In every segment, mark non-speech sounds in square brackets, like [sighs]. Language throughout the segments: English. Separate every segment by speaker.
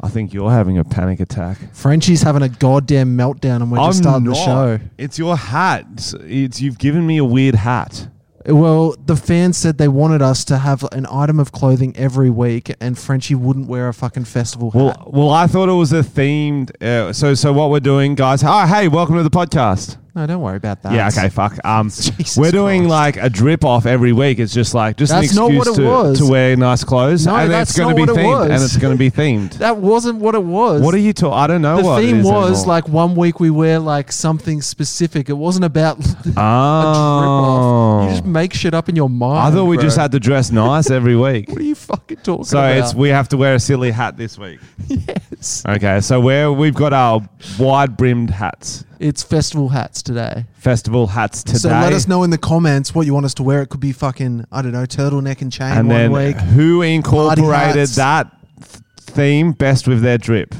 Speaker 1: I think you're having a panic attack.
Speaker 2: Frenchie's having a goddamn meltdown, and we're just starting the show.
Speaker 1: It's your hat. It's, it's you've given me a weird hat.
Speaker 2: Well, the fans said they wanted us to have an item of clothing every week, and Frenchie wouldn't wear a fucking festival hat.
Speaker 1: Well, well, I thought it was a themed. Uh, so, so what we're doing, guys? Oh, hey, welcome to the podcast.
Speaker 2: no, don't worry about that.
Speaker 1: Yeah, okay, fuck. Um,
Speaker 2: [laughs] Jesus
Speaker 1: we're doing like
Speaker 2: Christ.
Speaker 1: a drip off every week. It's just like just
Speaker 2: That's
Speaker 1: an
Speaker 2: not
Speaker 1: excuse
Speaker 2: what it
Speaker 1: to,
Speaker 2: was.
Speaker 1: to wear nice clothes,
Speaker 2: No,
Speaker 1: and
Speaker 2: that's
Speaker 1: it's going
Speaker 2: not
Speaker 1: to be
Speaker 2: what it
Speaker 1: themed,
Speaker 2: was.
Speaker 1: and it's going to be themed.
Speaker 2: [laughs] That wasn't what it was.
Speaker 1: what are you talking? I don't know.
Speaker 2: the
Speaker 1: what it
Speaker 2: theme
Speaker 1: is
Speaker 2: was
Speaker 1: anymore.
Speaker 2: like one week we wear like something specific. It wasn't about [laughs] a
Speaker 1: oh,
Speaker 2: drip off. You just make shit up in your
Speaker 1: I
Speaker 2: mind.
Speaker 1: thought we
Speaker 2: bro.
Speaker 1: just had to dress nice every week.
Speaker 2: [laughs] What are you fucking talking
Speaker 1: So
Speaker 2: about?
Speaker 1: it's we have to wear a silly hat this week.
Speaker 2: yes.
Speaker 1: Okay, so where we've got our wide brimmed hats,
Speaker 2: It's festival hats today.
Speaker 1: festival hats today.
Speaker 2: So let us know in the comments what you want us to wear. It could be fucking I don't know turtleneck and chain
Speaker 1: And
Speaker 2: one
Speaker 1: then
Speaker 2: week.
Speaker 1: who incorporated
Speaker 2: hats.
Speaker 1: that th- theme best with their drip?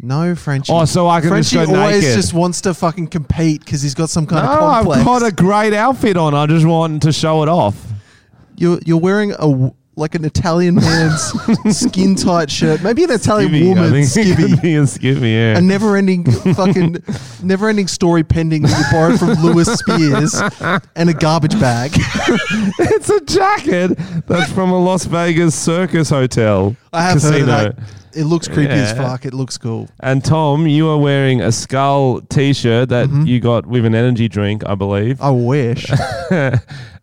Speaker 2: No Frenchie.
Speaker 1: Oh, so I can just
Speaker 2: Frenchie
Speaker 1: go
Speaker 2: always
Speaker 1: naked.
Speaker 2: just wants to fucking compete because he's got some
Speaker 1: No,
Speaker 2: kind of
Speaker 1: Oh, I've
Speaker 2: complex.
Speaker 1: got a great outfit on. I just want to show it off.
Speaker 2: you're you're wearing a w- like an
Speaker 1: [laughs]
Speaker 2: Italian man's skin tight shirt, maybe an Italian
Speaker 1: I think [laughs]
Speaker 2: woman's
Speaker 1: it could
Speaker 2: skivvy.
Speaker 1: be a skivvy, yeah. [laughs]
Speaker 2: A never-ending fucking, never-ending story pending that you borrowed from Lewis Spears and a garbage bag.
Speaker 1: it's a jacket that's from a Las Vegas circus hotel.
Speaker 2: I have
Speaker 1: casino.
Speaker 2: heard of that. It looks creepy as
Speaker 1: Yeah.
Speaker 2: fuck. It looks cool.
Speaker 1: And Tom, you are wearing a skull T-shirt that
Speaker 2: Mm-hmm.
Speaker 1: you got with an energy drink, I believe, [laughs]
Speaker 2: I wish.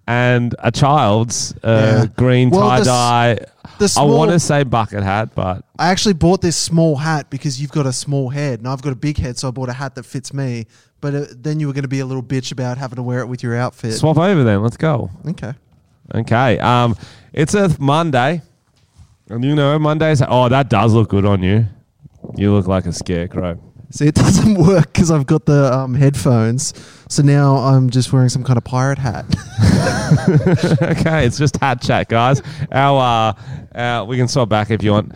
Speaker 1: and a child's uh,
Speaker 2: Yeah.
Speaker 1: green
Speaker 2: Well, the
Speaker 1: tie
Speaker 2: s-
Speaker 1: dye.
Speaker 2: The
Speaker 1: I
Speaker 2: small, I,
Speaker 1: want to say bucket hat, but
Speaker 2: actually bought this small hat because you've got a small head and I've got a big head, so I bought a hat that fits me. But uh, then you were going to be a little bitch about having to wear it with your outfit.
Speaker 1: swap over then. Let's go.
Speaker 2: okay.
Speaker 1: Okay. Um, it's a Monday, and you know Mondays. Oh, that does look good on you. You look like a scarecrow. [laughs]
Speaker 2: See, it [laughs] doesn't work because I've got the um, headphones. So now I'm just wearing some kind of pirate hat.
Speaker 1: okay, it's just hat chat, guys. Our uh, uh, we can swap back if you want.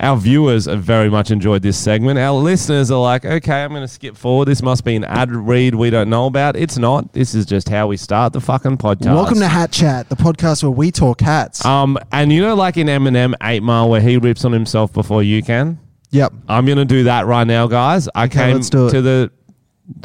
Speaker 1: Our viewers have very much enjoyed this segment. Our listeners are like, okay, I'm going to skip forward. This must be an ad read we don't know about. It's not. This is just how we start the fucking podcast.
Speaker 2: Welcome to Hat Chat, the podcast where we talk hats.
Speaker 1: um, and you know, like in Eminem Eight Mile, where he rips on himself before you can.
Speaker 2: yep.
Speaker 1: I'm going to do that right now, guys. I came
Speaker 2: let's do it.
Speaker 1: to the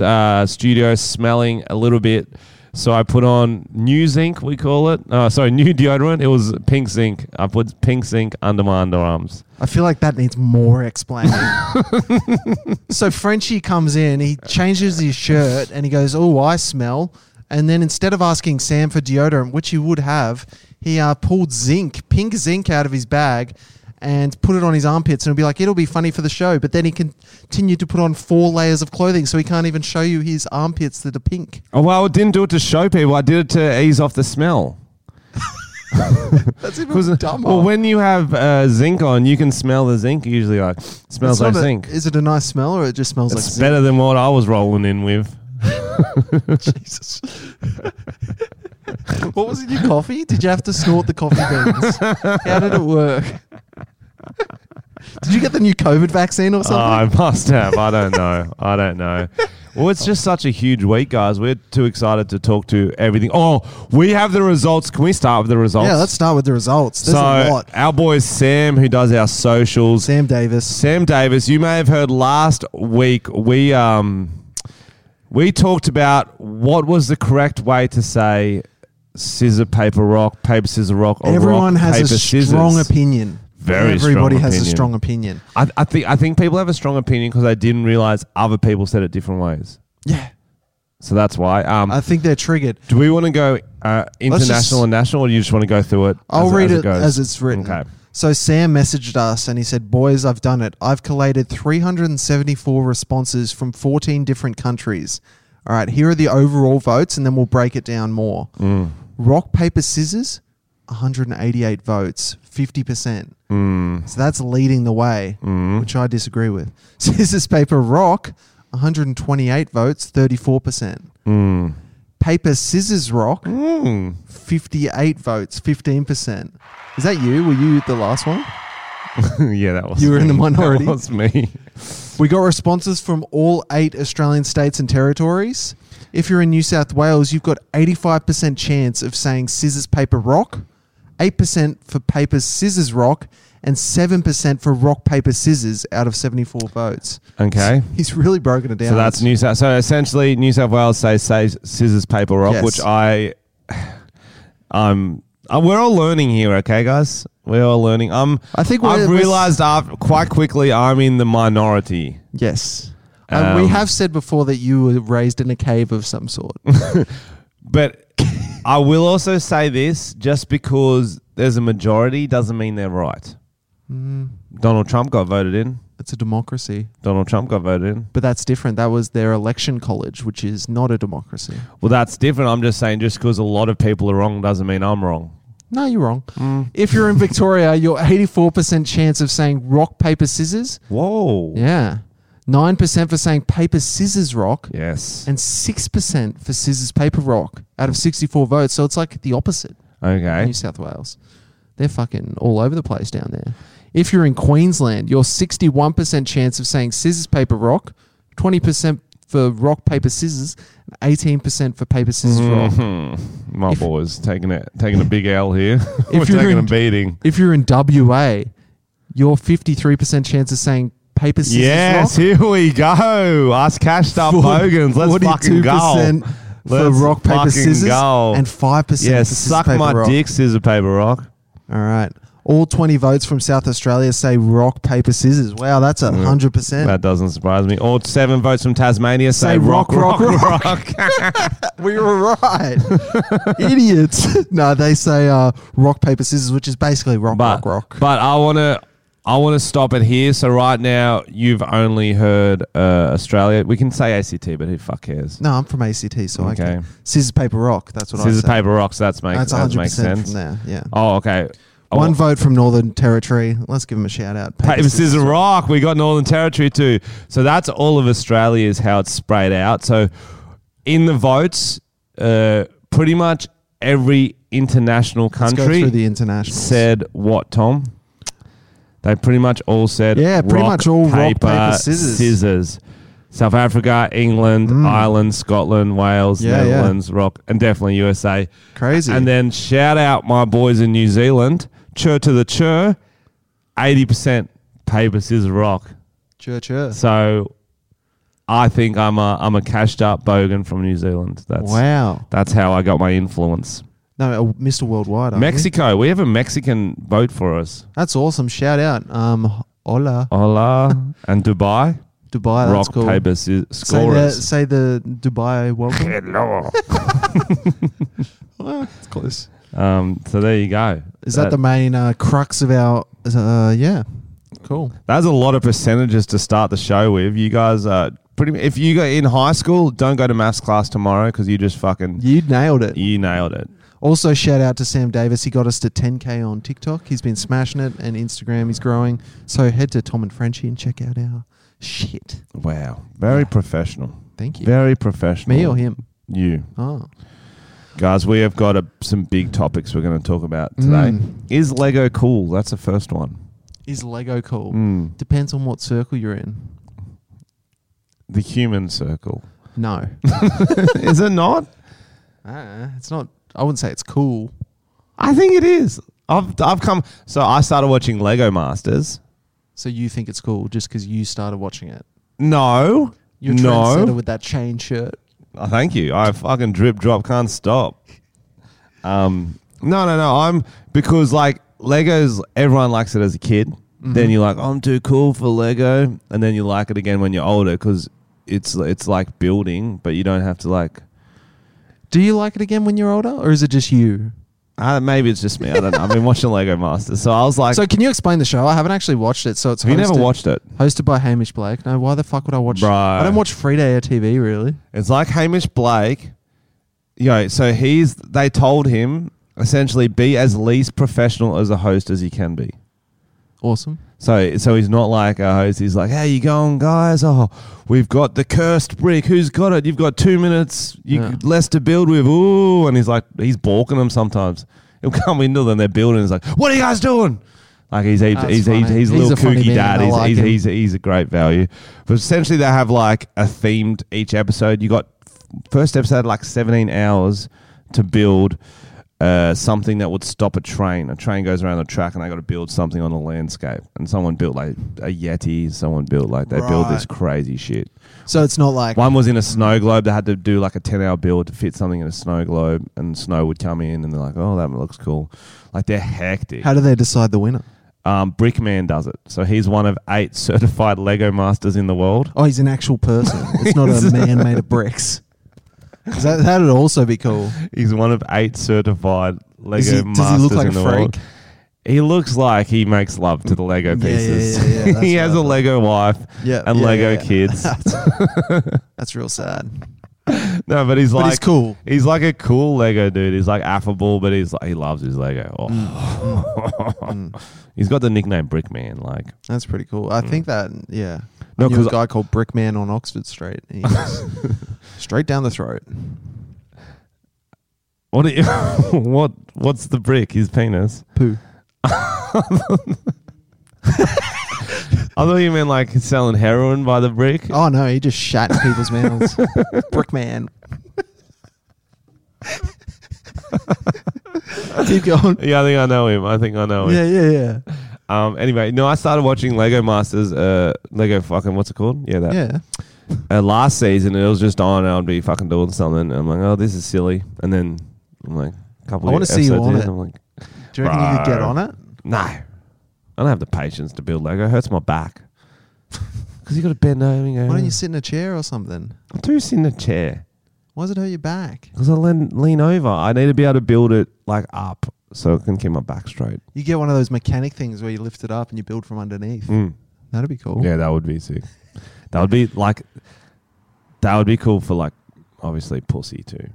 Speaker 1: uh, studio smelling a little bit. So I put on new zinc, we call it. Uh, sorry, new deodorant. It was pink zinc. I put pink zinc under my underarms.
Speaker 2: I feel like that needs more [laughs] explaining. so Frenchie comes in, he changes his shirt, and he goes, "Oh, I smell." And then instead of asking Sam for deodorant, which he would have, he uh, pulled zinc, pink zinc, out of his bag and put it on his armpits, and it'll be like it'll be funny for the show. But then he con- continued to put on four layers of clothing, so he can't even show you his armpits that are pink.
Speaker 1: Oh, well, I didn't do it to show people. I did it to ease off the smell.
Speaker 2: That's
Speaker 1: 'Cause-
Speaker 2: even dumber.
Speaker 1: well, when you have uh, zinc on, you can smell the zinc. Usually, like smells
Speaker 2: It's
Speaker 1: like
Speaker 2: not a-
Speaker 1: zinc.
Speaker 2: Is it a nice smell, or it just smells
Speaker 1: It's
Speaker 2: like zinc?
Speaker 1: better than what I was rolling in with.
Speaker 2: Jesus. what was in your coffee? Did you have to snort the coffee beans? How did it work? did you get the new COVID vaccine or
Speaker 1: Oh, I
Speaker 2: something?
Speaker 1: must have. I don't know. I don't know. Well, it's just such a huge week, guys. We're too excited to talk to everything. Oh, we have the results. Can we start with the results?
Speaker 2: yeah, let's start with the results. There's
Speaker 1: Ah, so
Speaker 2: a lot.
Speaker 1: our boy Sam, who does our socials,
Speaker 2: Sam Davis.
Speaker 1: Sam Davis. You may have heard last week we um we talked about what was the correct way to say scissor paper rock paper scissor rock. Or
Speaker 2: Everyone
Speaker 1: rock,
Speaker 2: has
Speaker 1: paper,
Speaker 2: a strong
Speaker 1: scissors.
Speaker 2: opinion.
Speaker 1: Very strong
Speaker 2: Everybody has a
Speaker 1: opinion.
Speaker 2: strong opinion.
Speaker 1: I, I think I think people have a strong opinion because they didn't realize other people said it different ways.
Speaker 2: Yeah,
Speaker 1: So that's why. Um,
Speaker 2: I think they're triggered.
Speaker 1: do we want to go uh, international
Speaker 2: just-
Speaker 1: and national, or do you just want to go through it?
Speaker 2: I'll
Speaker 1: as-
Speaker 2: read it,
Speaker 1: goes?
Speaker 2: as it's written.
Speaker 1: Okay.
Speaker 2: So Sam messaged us and he said, "Boys, I've done it. I've collated 374 responses from 14 different countries. All right, here are the overall votes, and then we'll break it down more.
Speaker 1: Mm.
Speaker 2: Rock paper scissors, 188 votes, 50 percent.
Speaker 1: Mm.
Speaker 2: So that's leading the way, which I disagree with. [laughs] Scissors paper rock, 128 votes, 34 percent.
Speaker 1: Mm.
Speaker 2: Paper scissors rock." Hmm. 58 votes, 15%. Is that you? Were you the last one?
Speaker 1: [laughs] yeah, that was
Speaker 2: You were in the
Speaker 1: me. [laughs]
Speaker 2: minority.
Speaker 1: That was me.
Speaker 2: We got responses from all eight Australian states and territories. If you're in New South Wales, you've got 85% chance of saying scissors, paper, rock, 8% for paper, scissors, rock, and 7% for rock, paper, scissors out of 74 votes.
Speaker 1: Okay.
Speaker 2: [laughs] He's really broken it down.
Speaker 1: So that's New South. So essentially, New South Wales says says scissors, paper, rock,
Speaker 2: Yes.
Speaker 1: which I, um, uh, we're all learning here. Okay, guys, we're all learning. Um,
Speaker 2: I think we're-
Speaker 1: I've
Speaker 2: we're s-
Speaker 1: realised af- quite quickly I'm in the minority.
Speaker 2: Yes. Um, we
Speaker 1: Um,
Speaker 2: have said before that you were raised in a cave of
Speaker 1: [laughs]
Speaker 2: some sort.
Speaker 1: But I will also say this: just because there's a majority doesn't mean they're right.
Speaker 2: Mm-hmm.
Speaker 1: Donald Trump got voted in.
Speaker 2: it's a democracy.
Speaker 1: Donald Trump got voted in.
Speaker 2: But that's different. That was their election college, which is not a democracy.
Speaker 1: Well, that's different. I'm just saying, just because a lot of people are wrong doesn't mean I'm wrong.
Speaker 2: No, you're wrong. If you're in Victoria, your 84% chance of saying rock, paper, scissors.
Speaker 1: Whoa.
Speaker 2: Yeah. 9% for saying paper, scissors, rock.
Speaker 1: Yes.
Speaker 2: And 6% for scissors, paper, rock out of 64 votes. So it's like the opposite.
Speaker 1: Okay.
Speaker 2: New South Wales. They're fucking all over the place down there. If you're in Queensland, your 61% chance of saying scissors, paper, rock, 20% for rock, paper, scissors, and 18% for paper, scissors,
Speaker 1: Mm.
Speaker 2: rock.
Speaker 1: Hmm. My boy's taking it, taking a big L here. [laughs] We're
Speaker 2: [laughs] If you're
Speaker 1: taking
Speaker 2: in-
Speaker 1: a beating.
Speaker 2: If you're in WA, your 53% chance of saying paper, scissors,
Speaker 1: Yes,
Speaker 2: rock.
Speaker 1: here we go. Us cashed up bogans. Let's fucking go.
Speaker 2: 42% For
Speaker 1: Let's
Speaker 2: rock, paper,
Speaker 1: fucking
Speaker 2: scissors,
Speaker 1: go.
Speaker 2: and 5% for
Speaker 1: Yeah,
Speaker 2: scissors,
Speaker 1: suck
Speaker 2: paper,
Speaker 1: my
Speaker 2: rock.
Speaker 1: dick, scissor paper rock.
Speaker 2: All right. All 20 votes from South Australia say rock, paper, scissors. Wow, that's a 100%.
Speaker 1: That doesn't surprise me. All seven votes from Tasmania say,
Speaker 2: Say
Speaker 1: rock,
Speaker 2: rock,
Speaker 1: rock, rock.
Speaker 2: rock, We [laughs] were right. Idiots. [laughs] no, they say uh, rock, paper, scissors, which is basically
Speaker 1: [laughs]
Speaker 2: rock,
Speaker 1: but
Speaker 2: rock, rock.
Speaker 1: but I want to. I want to stop it here. So right now, you've only heard uh, Australia. We can say ACT, but who fuck cares?
Speaker 2: No, I'm from ACT, so I
Speaker 1: Okay.
Speaker 2: can. Scissors, paper, rock. That's what
Speaker 1: Scissors,
Speaker 2: I say.
Speaker 1: paper, rocks. That's make,
Speaker 2: That's
Speaker 1: that
Speaker 2: 100%
Speaker 1: makes sense.
Speaker 2: from there. Yeah.
Speaker 1: Oh, okay. I
Speaker 2: One
Speaker 1: want-
Speaker 2: vote from Northern Territory. Let's give them a shout
Speaker 1: [laughs]
Speaker 2: out. [laughs]
Speaker 1: Paper, scissors, rock. We got Northern Territory too. So that's all of Australia's how it's sprayed out. So in the votes, uh, pretty much every international
Speaker 2: Let's go through
Speaker 1: country
Speaker 2: the international.
Speaker 1: said what, Tom? They pretty much all said
Speaker 2: Yeah, pretty
Speaker 1: rock,
Speaker 2: much all rock, paper, scissors. Mm.
Speaker 1: scissors. South Africa, England, Ireland, Scotland, Wales,
Speaker 2: Yeah, yeah.
Speaker 1: Netherlands, rock, and definitely USA.
Speaker 2: Crazy.
Speaker 1: And then shout out my boys in New Zealand. Chur to the chur. 80% paper, scissors, rock.
Speaker 2: Chur, chur.
Speaker 1: So I think I'm a, I'm a cashed up bogan from New Zealand. That's,
Speaker 2: Wow.
Speaker 1: that's how I got my influence.
Speaker 2: No, uh, Mr. Worldwide. aren't we?
Speaker 1: Mexico. We have a Mexican boat for us.
Speaker 2: That's awesome. Shout out. Um, hola.
Speaker 1: Hola. and [laughs] Dubai.
Speaker 2: Dubai. That's
Speaker 1: rock,
Speaker 2: cool.
Speaker 1: paper, sci-
Speaker 2: Say the,
Speaker 1: scorers.
Speaker 2: say the
Speaker 1: [laughs]
Speaker 2: Dubai welcome.
Speaker 1: Hello.
Speaker 2: Well, it's close.
Speaker 1: um, so there you go.
Speaker 2: Is that, the main uh, crux of our? Uh, yeah, cool.
Speaker 1: That's a lot of percentages to start the show with. You guys are pretty. mu- If you go in high school, don't go to maths class tomorrow because you just fucking
Speaker 2: You nailed it.
Speaker 1: you nailed it.
Speaker 2: Also, shout out to Sam Davis. He got us to 10k on TikTok. He's been smashing it, and Instagram is growing. So head to Tom and Frenchie and check out our shit.
Speaker 1: Wow, very professional.
Speaker 2: Thank you.
Speaker 1: Very professional.
Speaker 2: Me or him?
Speaker 1: You
Speaker 2: Oh,
Speaker 1: guys, we have got a, some big topics we're going to talk about today.
Speaker 2: Mm.
Speaker 1: Is Lego cool? That's the first one.
Speaker 2: is Lego cool?
Speaker 1: Mm.
Speaker 2: Depends on what circle you're in.
Speaker 1: The human circle.
Speaker 2: No,
Speaker 1: [laughs] is it not?
Speaker 2: uh, it's not. I wouldn't say it's cool.
Speaker 1: I think it is. I've I've come. So I started watching Lego Masters.
Speaker 2: So you think it's cool just because you started watching it?
Speaker 1: No,
Speaker 2: You're a
Speaker 1: no.
Speaker 2: trendsetter with that chain shirt.
Speaker 1: Oh, thank you. I fucking drip drop can't stop. Um, no, no, no. I'm because like Legos, everyone likes it as a kid. Then you're like, I'm too cool for Lego, and then you like it again when you're older because it's it's like building, but you don't have to like.
Speaker 2: Do you like it again when you're older, or is it just you?
Speaker 1: Uh, maybe it's just me. I don't know. I've been [laughs] watching Lego Masters, so I was like,
Speaker 2: So can you explain the show? I haven't actually watched it, so it's
Speaker 1: have you never
Speaker 2: hosted-
Speaker 1: watched it?
Speaker 2: hosted by Hamish Blake. No, why the fuck would I watch?
Speaker 1: Bruh.
Speaker 2: I don't watch free to air TV really.
Speaker 1: It's like Hamish Blake. Yo, so he's they told him essentially be as least professional as a host as you can be.
Speaker 2: Awesome.
Speaker 1: So so he's not like a host. He's like, how you going, guys? Oh, we've got the cursed brick. Who's got it? You've got two minutes. You
Speaker 2: Yeah.
Speaker 1: less to build with. Ooh, and he's like, he's balking them sometimes. He'll come into them. They're building. He's like, what are you guys doing? Like he's he's
Speaker 2: That's
Speaker 1: he's, he's,
Speaker 2: funny.
Speaker 1: he's a
Speaker 2: He's
Speaker 1: little
Speaker 2: a funny
Speaker 1: kooky
Speaker 2: man.
Speaker 1: dad.
Speaker 2: I
Speaker 1: He's,
Speaker 2: like
Speaker 1: he's,
Speaker 2: him.
Speaker 1: he's, he's a great value. But essentially, they have like a themed each episode. You got first episode like seventeen hours to build. uh, something that would stop a train. A train goes around the track, and they got to build something on the landscape. And someone built like a yeti. Someone built like they built this
Speaker 2: Right.
Speaker 1: crazy shit.
Speaker 2: So it's not like
Speaker 1: One was in a snow globe. They had to do like a 10 hour build to fit something in a snow globe, and snow would come in, and they're like, oh, that looks cool. Like they're hectic.
Speaker 2: how do they decide the winner?
Speaker 1: Um, Brickman does it. So he's one of eight [laughs] certified Lego masters in the world.
Speaker 2: Oh, he's an actual person. It's not [laughs] a man made of bricks. 'Cause That that'd also be cool.
Speaker 1: He's one of eight certified Lego
Speaker 2: Is he- does he look
Speaker 1: masters
Speaker 2: like
Speaker 1: in
Speaker 2: a
Speaker 1: the
Speaker 2: freak?
Speaker 1: world. He looks like he makes love to the Lego
Speaker 2: Yeah, yeah,
Speaker 1: pieces.
Speaker 2: yeah,
Speaker 1: [laughs]
Speaker 2: yeah, that's
Speaker 1: he
Speaker 2: what I
Speaker 1: has a
Speaker 2: thought.
Speaker 1: Lego wife
Speaker 2: Yeah,
Speaker 1: and
Speaker 2: yeah,
Speaker 1: Lego
Speaker 2: yeah, yeah. [laughs]
Speaker 1: kids.
Speaker 2: That's real sad.
Speaker 1: no, but he's
Speaker 2: But
Speaker 1: like
Speaker 2: he's cool.
Speaker 1: He's like a cool Lego dude. He's like affable, but he's like he loves his Lego. Oh.
Speaker 2: Mm.
Speaker 1: [laughs] he's got the nickname Brickman. Like
Speaker 2: That's pretty cool. I think that yeah.
Speaker 1: Mm. No,
Speaker 2: No, because
Speaker 1: 'cause
Speaker 2: a guy called Brickman on Oxford Street.
Speaker 1: [laughs]
Speaker 2: and he goes straight down the throat.
Speaker 1: what? Are you, [laughs] what? What's the brick? His penis.
Speaker 2: Poo.
Speaker 1: I thought you meant like selling heroin by the brick.
Speaker 2: Oh no, he just shat in
Speaker 1: [laughs]
Speaker 2: people's mouths. Brickman. [laughs] Keep going.
Speaker 1: Yeah, I think I know him. I think I know him.
Speaker 2: Yeah, yeah, yeah.
Speaker 1: Um. Anyway, no, I started watching Lego Masters. Uh, Lego fucking what's it called? Yeah, that.
Speaker 2: Yeah.
Speaker 1: Uh, last season it was just on. and I'd be fucking doing something. And I'm like, oh, this is silly. And then I'm like, a couple.
Speaker 2: I wanna
Speaker 1: of
Speaker 2: see you
Speaker 1: episodes
Speaker 2: on
Speaker 1: in,
Speaker 2: it.
Speaker 1: I'm like,
Speaker 2: Do you reckon you could get
Speaker 1: Bro.
Speaker 2: on it?
Speaker 1: no, I don't have the patience to build Lego. It hurts my back. [laughs] Because you got to bend over. And go,
Speaker 2: Why don't you sit in a chair or something?
Speaker 1: I'm too sit in a chair.
Speaker 2: Why does it hurt your back?
Speaker 1: Because I lean lean over. I need to be able to build it like up so it can keep my back straight.
Speaker 2: You get one of those mechanic things where you lift it up and you build from underneath.
Speaker 1: Mm.
Speaker 2: That'd be cool.
Speaker 1: Yeah, that would be sick. That would be like, that would be cool for like, obviously pussy too.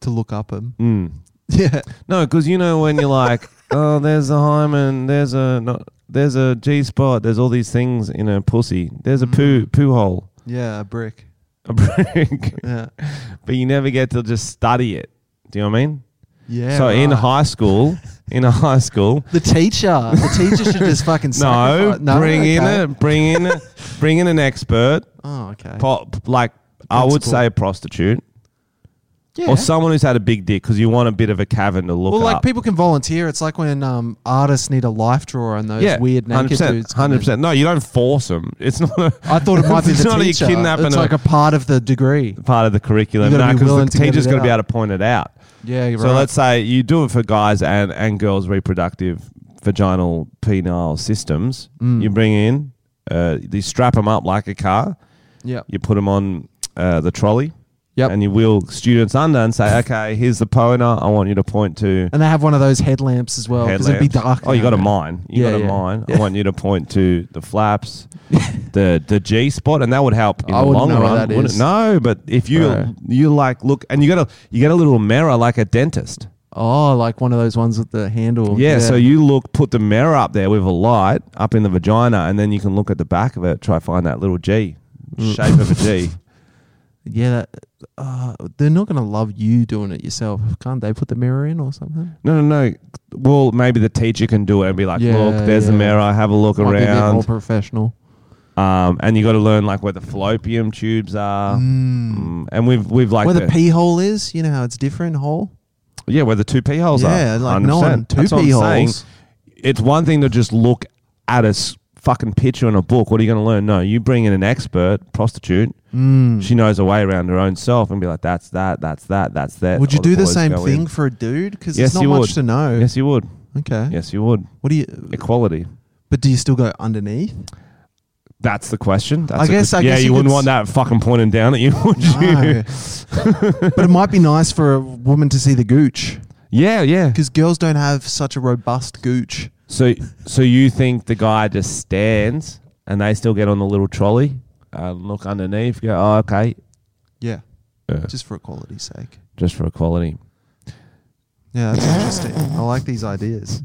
Speaker 2: To look up him.
Speaker 1: Mm.
Speaker 2: [laughs] Yeah.
Speaker 1: No, because you know when you're
Speaker 2: [laughs]
Speaker 1: like, oh, there's a hymen, there's a not, there's a G spot, there's all these things in a pussy, there's a
Speaker 2: Mm.
Speaker 1: poo poo hole,
Speaker 2: Yeah, a brick.
Speaker 1: a brick,
Speaker 2: Yeah.
Speaker 1: [laughs] but you never get to just study it. Do you know what I mean?
Speaker 2: Yeah.
Speaker 1: so in
Speaker 2: right.
Speaker 1: high school, in a high school,
Speaker 2: The teacher. The teacher should just
Speaker 1: [laughs]
Speaker 2: fucking
Speaker 1: no,
Speaker 2: sacrifice- [laughs] no
Speaker 1: bring in
Speaker 2: okay.
Speaker 1: a, bring in, a, bring in an
Speaker 2: [laughs]
Speaker 1: expert,
Speaker 2: Oh, okay.
Speaker 1: po- like I would
Speaker 2: Principal.
Speaker 1: say a prostitute.
Speaker 2: yeah.
Speaker 1: Or someone who's had a big dick because you want a bit of a cavern to look
Speaker 2: well, like
Speaker 1: up.
Speaker 2: people can volunteer. It's like when um, artists need a life drawer and those weird naked
Speaker 1: 100%,
Speaker 2: dudes. come in.
Speaker 1: 100%. No, you don't force them. It's not a
Speaker 2: I thought it
Speaker 1: [laughs]
Speaker 2: might be
Speaker 1: It's
Speaker 2: the
Speaker 1: not like
Speaker 2: teacher.
Speaker 1: you're kidnapping
Speaker 2: it's
Speaker 1: a-
Speaker 2: like a part of the degree.
Speaker 1: part of the curriculum.
Speaker 2: You gotta
Speaker 1: No,
Speaker 2: be willing
Speaker 1: because
Speaker 2: to
Speaker 1: the
Speaker 2: get
Speaker 1: teacher's
Speaker 2: it
Speaker 1: got to be
Speaker 2: out.
Speaker 1: able to point it out.
Speaker 2: Yeah, you're
Speaker 1: So
Speaker 2: right.
Speaker 1: let's say you do it for guys and, and girls' reproductive vaginal penile systems.
Speaker 2: Mm.
Speaker 1: You bring in, uh, you strap them up like a car.
Speaker 2: yeah.
Speaker 1: You put them on uh, the trolley.
Speaker 2: Yep.
Speaker 1: And you wheel students under and say, okay, here's the poena. I want you to point to
Speaker 2: And they have one of those headlamps as well because it'd be
Speaker 1: headlamps.
Speaker 2: dark.
Speaker 1: Oh, you
Speaker 2: down
Speaker 1: got a
Speaker 2: there.
Speaker 1: mine. You
Speaker 2: Yeah,
Speaker 1: got a
Speaker 2: yeah.
Speaker 1: mine.
Speaker 2: Yeah.
Speaker 1: I want you to point to the
Speaker 2: [laughs]
Speaker 1: flaps, the the G spot, and that would help in
Speaker 2: I
Speaker 1: the
Speaker 2: wouldn't
Speaker 1: long
Speaker 2: know what
Speaker 1: run.
Speaker 2: that
Speaker 1: wouldn't
Speaker 2: is.
Speaker 1: it? No, but if you
Speaker 2: Bro.
Speaker 1: you like look, and you got a you got a little mirror like a dentist.
Speaker 2: Oh, like one of those ones with the handle.
Speaker 1: Yeah, So you look, put the mirror up there with a light up in the vagina, and then you can look at the back of it, try find that little G
Speaker 2: Mm.
Speaker 1: shape of a
Speaker 2: [laughs]
Speaker 1: G.
Speaker 2: yeah, that, uh, they're not gonna love you doing it yourself, can't they? Put the mirror in or something.
Speaker 1: No, no, no. Well, maybe the teacher can do it and be like,
Speaker 2: Yeah,
Speaker 1: look, there's
Speaker 2: yeah.
Speaker 1: the mirror. Have a look
Speaker 2: Might be a bit more
Speaker 1: around.
Speaker 2: professional.
Speaker 1: Um, and you got to learn like where the fallopian tubes are. Mm, and we've we've like
Speaker 2: Where the
Speaker 1: the-
Speaker 2: pee hole is, you know how it's different hole.
Speaker 1: Yeah, where the two pee holes
Speaker 2: Yeah,
Speaker 1: are.
Speaker 2: like no one
Speaker 1: 100%.
Speaker 2: two
Speaker 1: That's what I'm
Speaker 2: pee
Speaker 1: saying.
Speaker 2: holes.
Speaker 1: It's one thing to just look at a s- fucking picture in a book. What are you going to learn? No, you bring in an expert, prostitute.
Speaker 2: Hmm. Mm.
Speaker 1: She knows a way around her own self and be like, that's that, that's that, that's that.
Speaker 2: Would you
Speaker 1: All the
Speaker 2: do the
Speaker 1: boys
Speaker 2: same
Speaker 1: go
Speaker 2: thing
Speaker 1: in.
Speaker 2: for a dude? Because
Speaker 1: Yes,
Speaker 2: there's not
Speaker 1: you
Speaker 2: much
Speaker 1: would.
Speaker 2: to know.
Speaker 1: Yes, you would.
Speaker 2: Okay.
Speaker 1: Yes, you would.
Speaker 2: What do you?
Speaker 1: Equality.
Speaker 2: But do you still go underneath?
Speaker 1: [laughs] That's the question. That's a
Speaker 2: guess-
Speaker 1: good-
Speaker 2: I
Speaker 1: yeah,
Speaker 2: guess
Speaker 1: you,
Speaker 2: you
Speaker 1: wouldn't
Speaker 2: could
Speaker 1: want that fucking pointing down at you, [laughs] would you?
Speaker 2: No. [laughs] but it might be nice for a woman to see the gooch
Speaker 1: Yeah, yeah.
Speaker 2: because girls don't have such a robust gooch.
Speaker 1: So, so you think the guy just stands and they still get on the little trolley and look underneath? Go, oh, okay,
Speaker 2: Yeah.
Speaker 1: Yeah.
Speaker 2: Just for equality's sake.
Speaker 1: just for equality.
Speaker 2: Yeah, that's interesting. I like these ideas.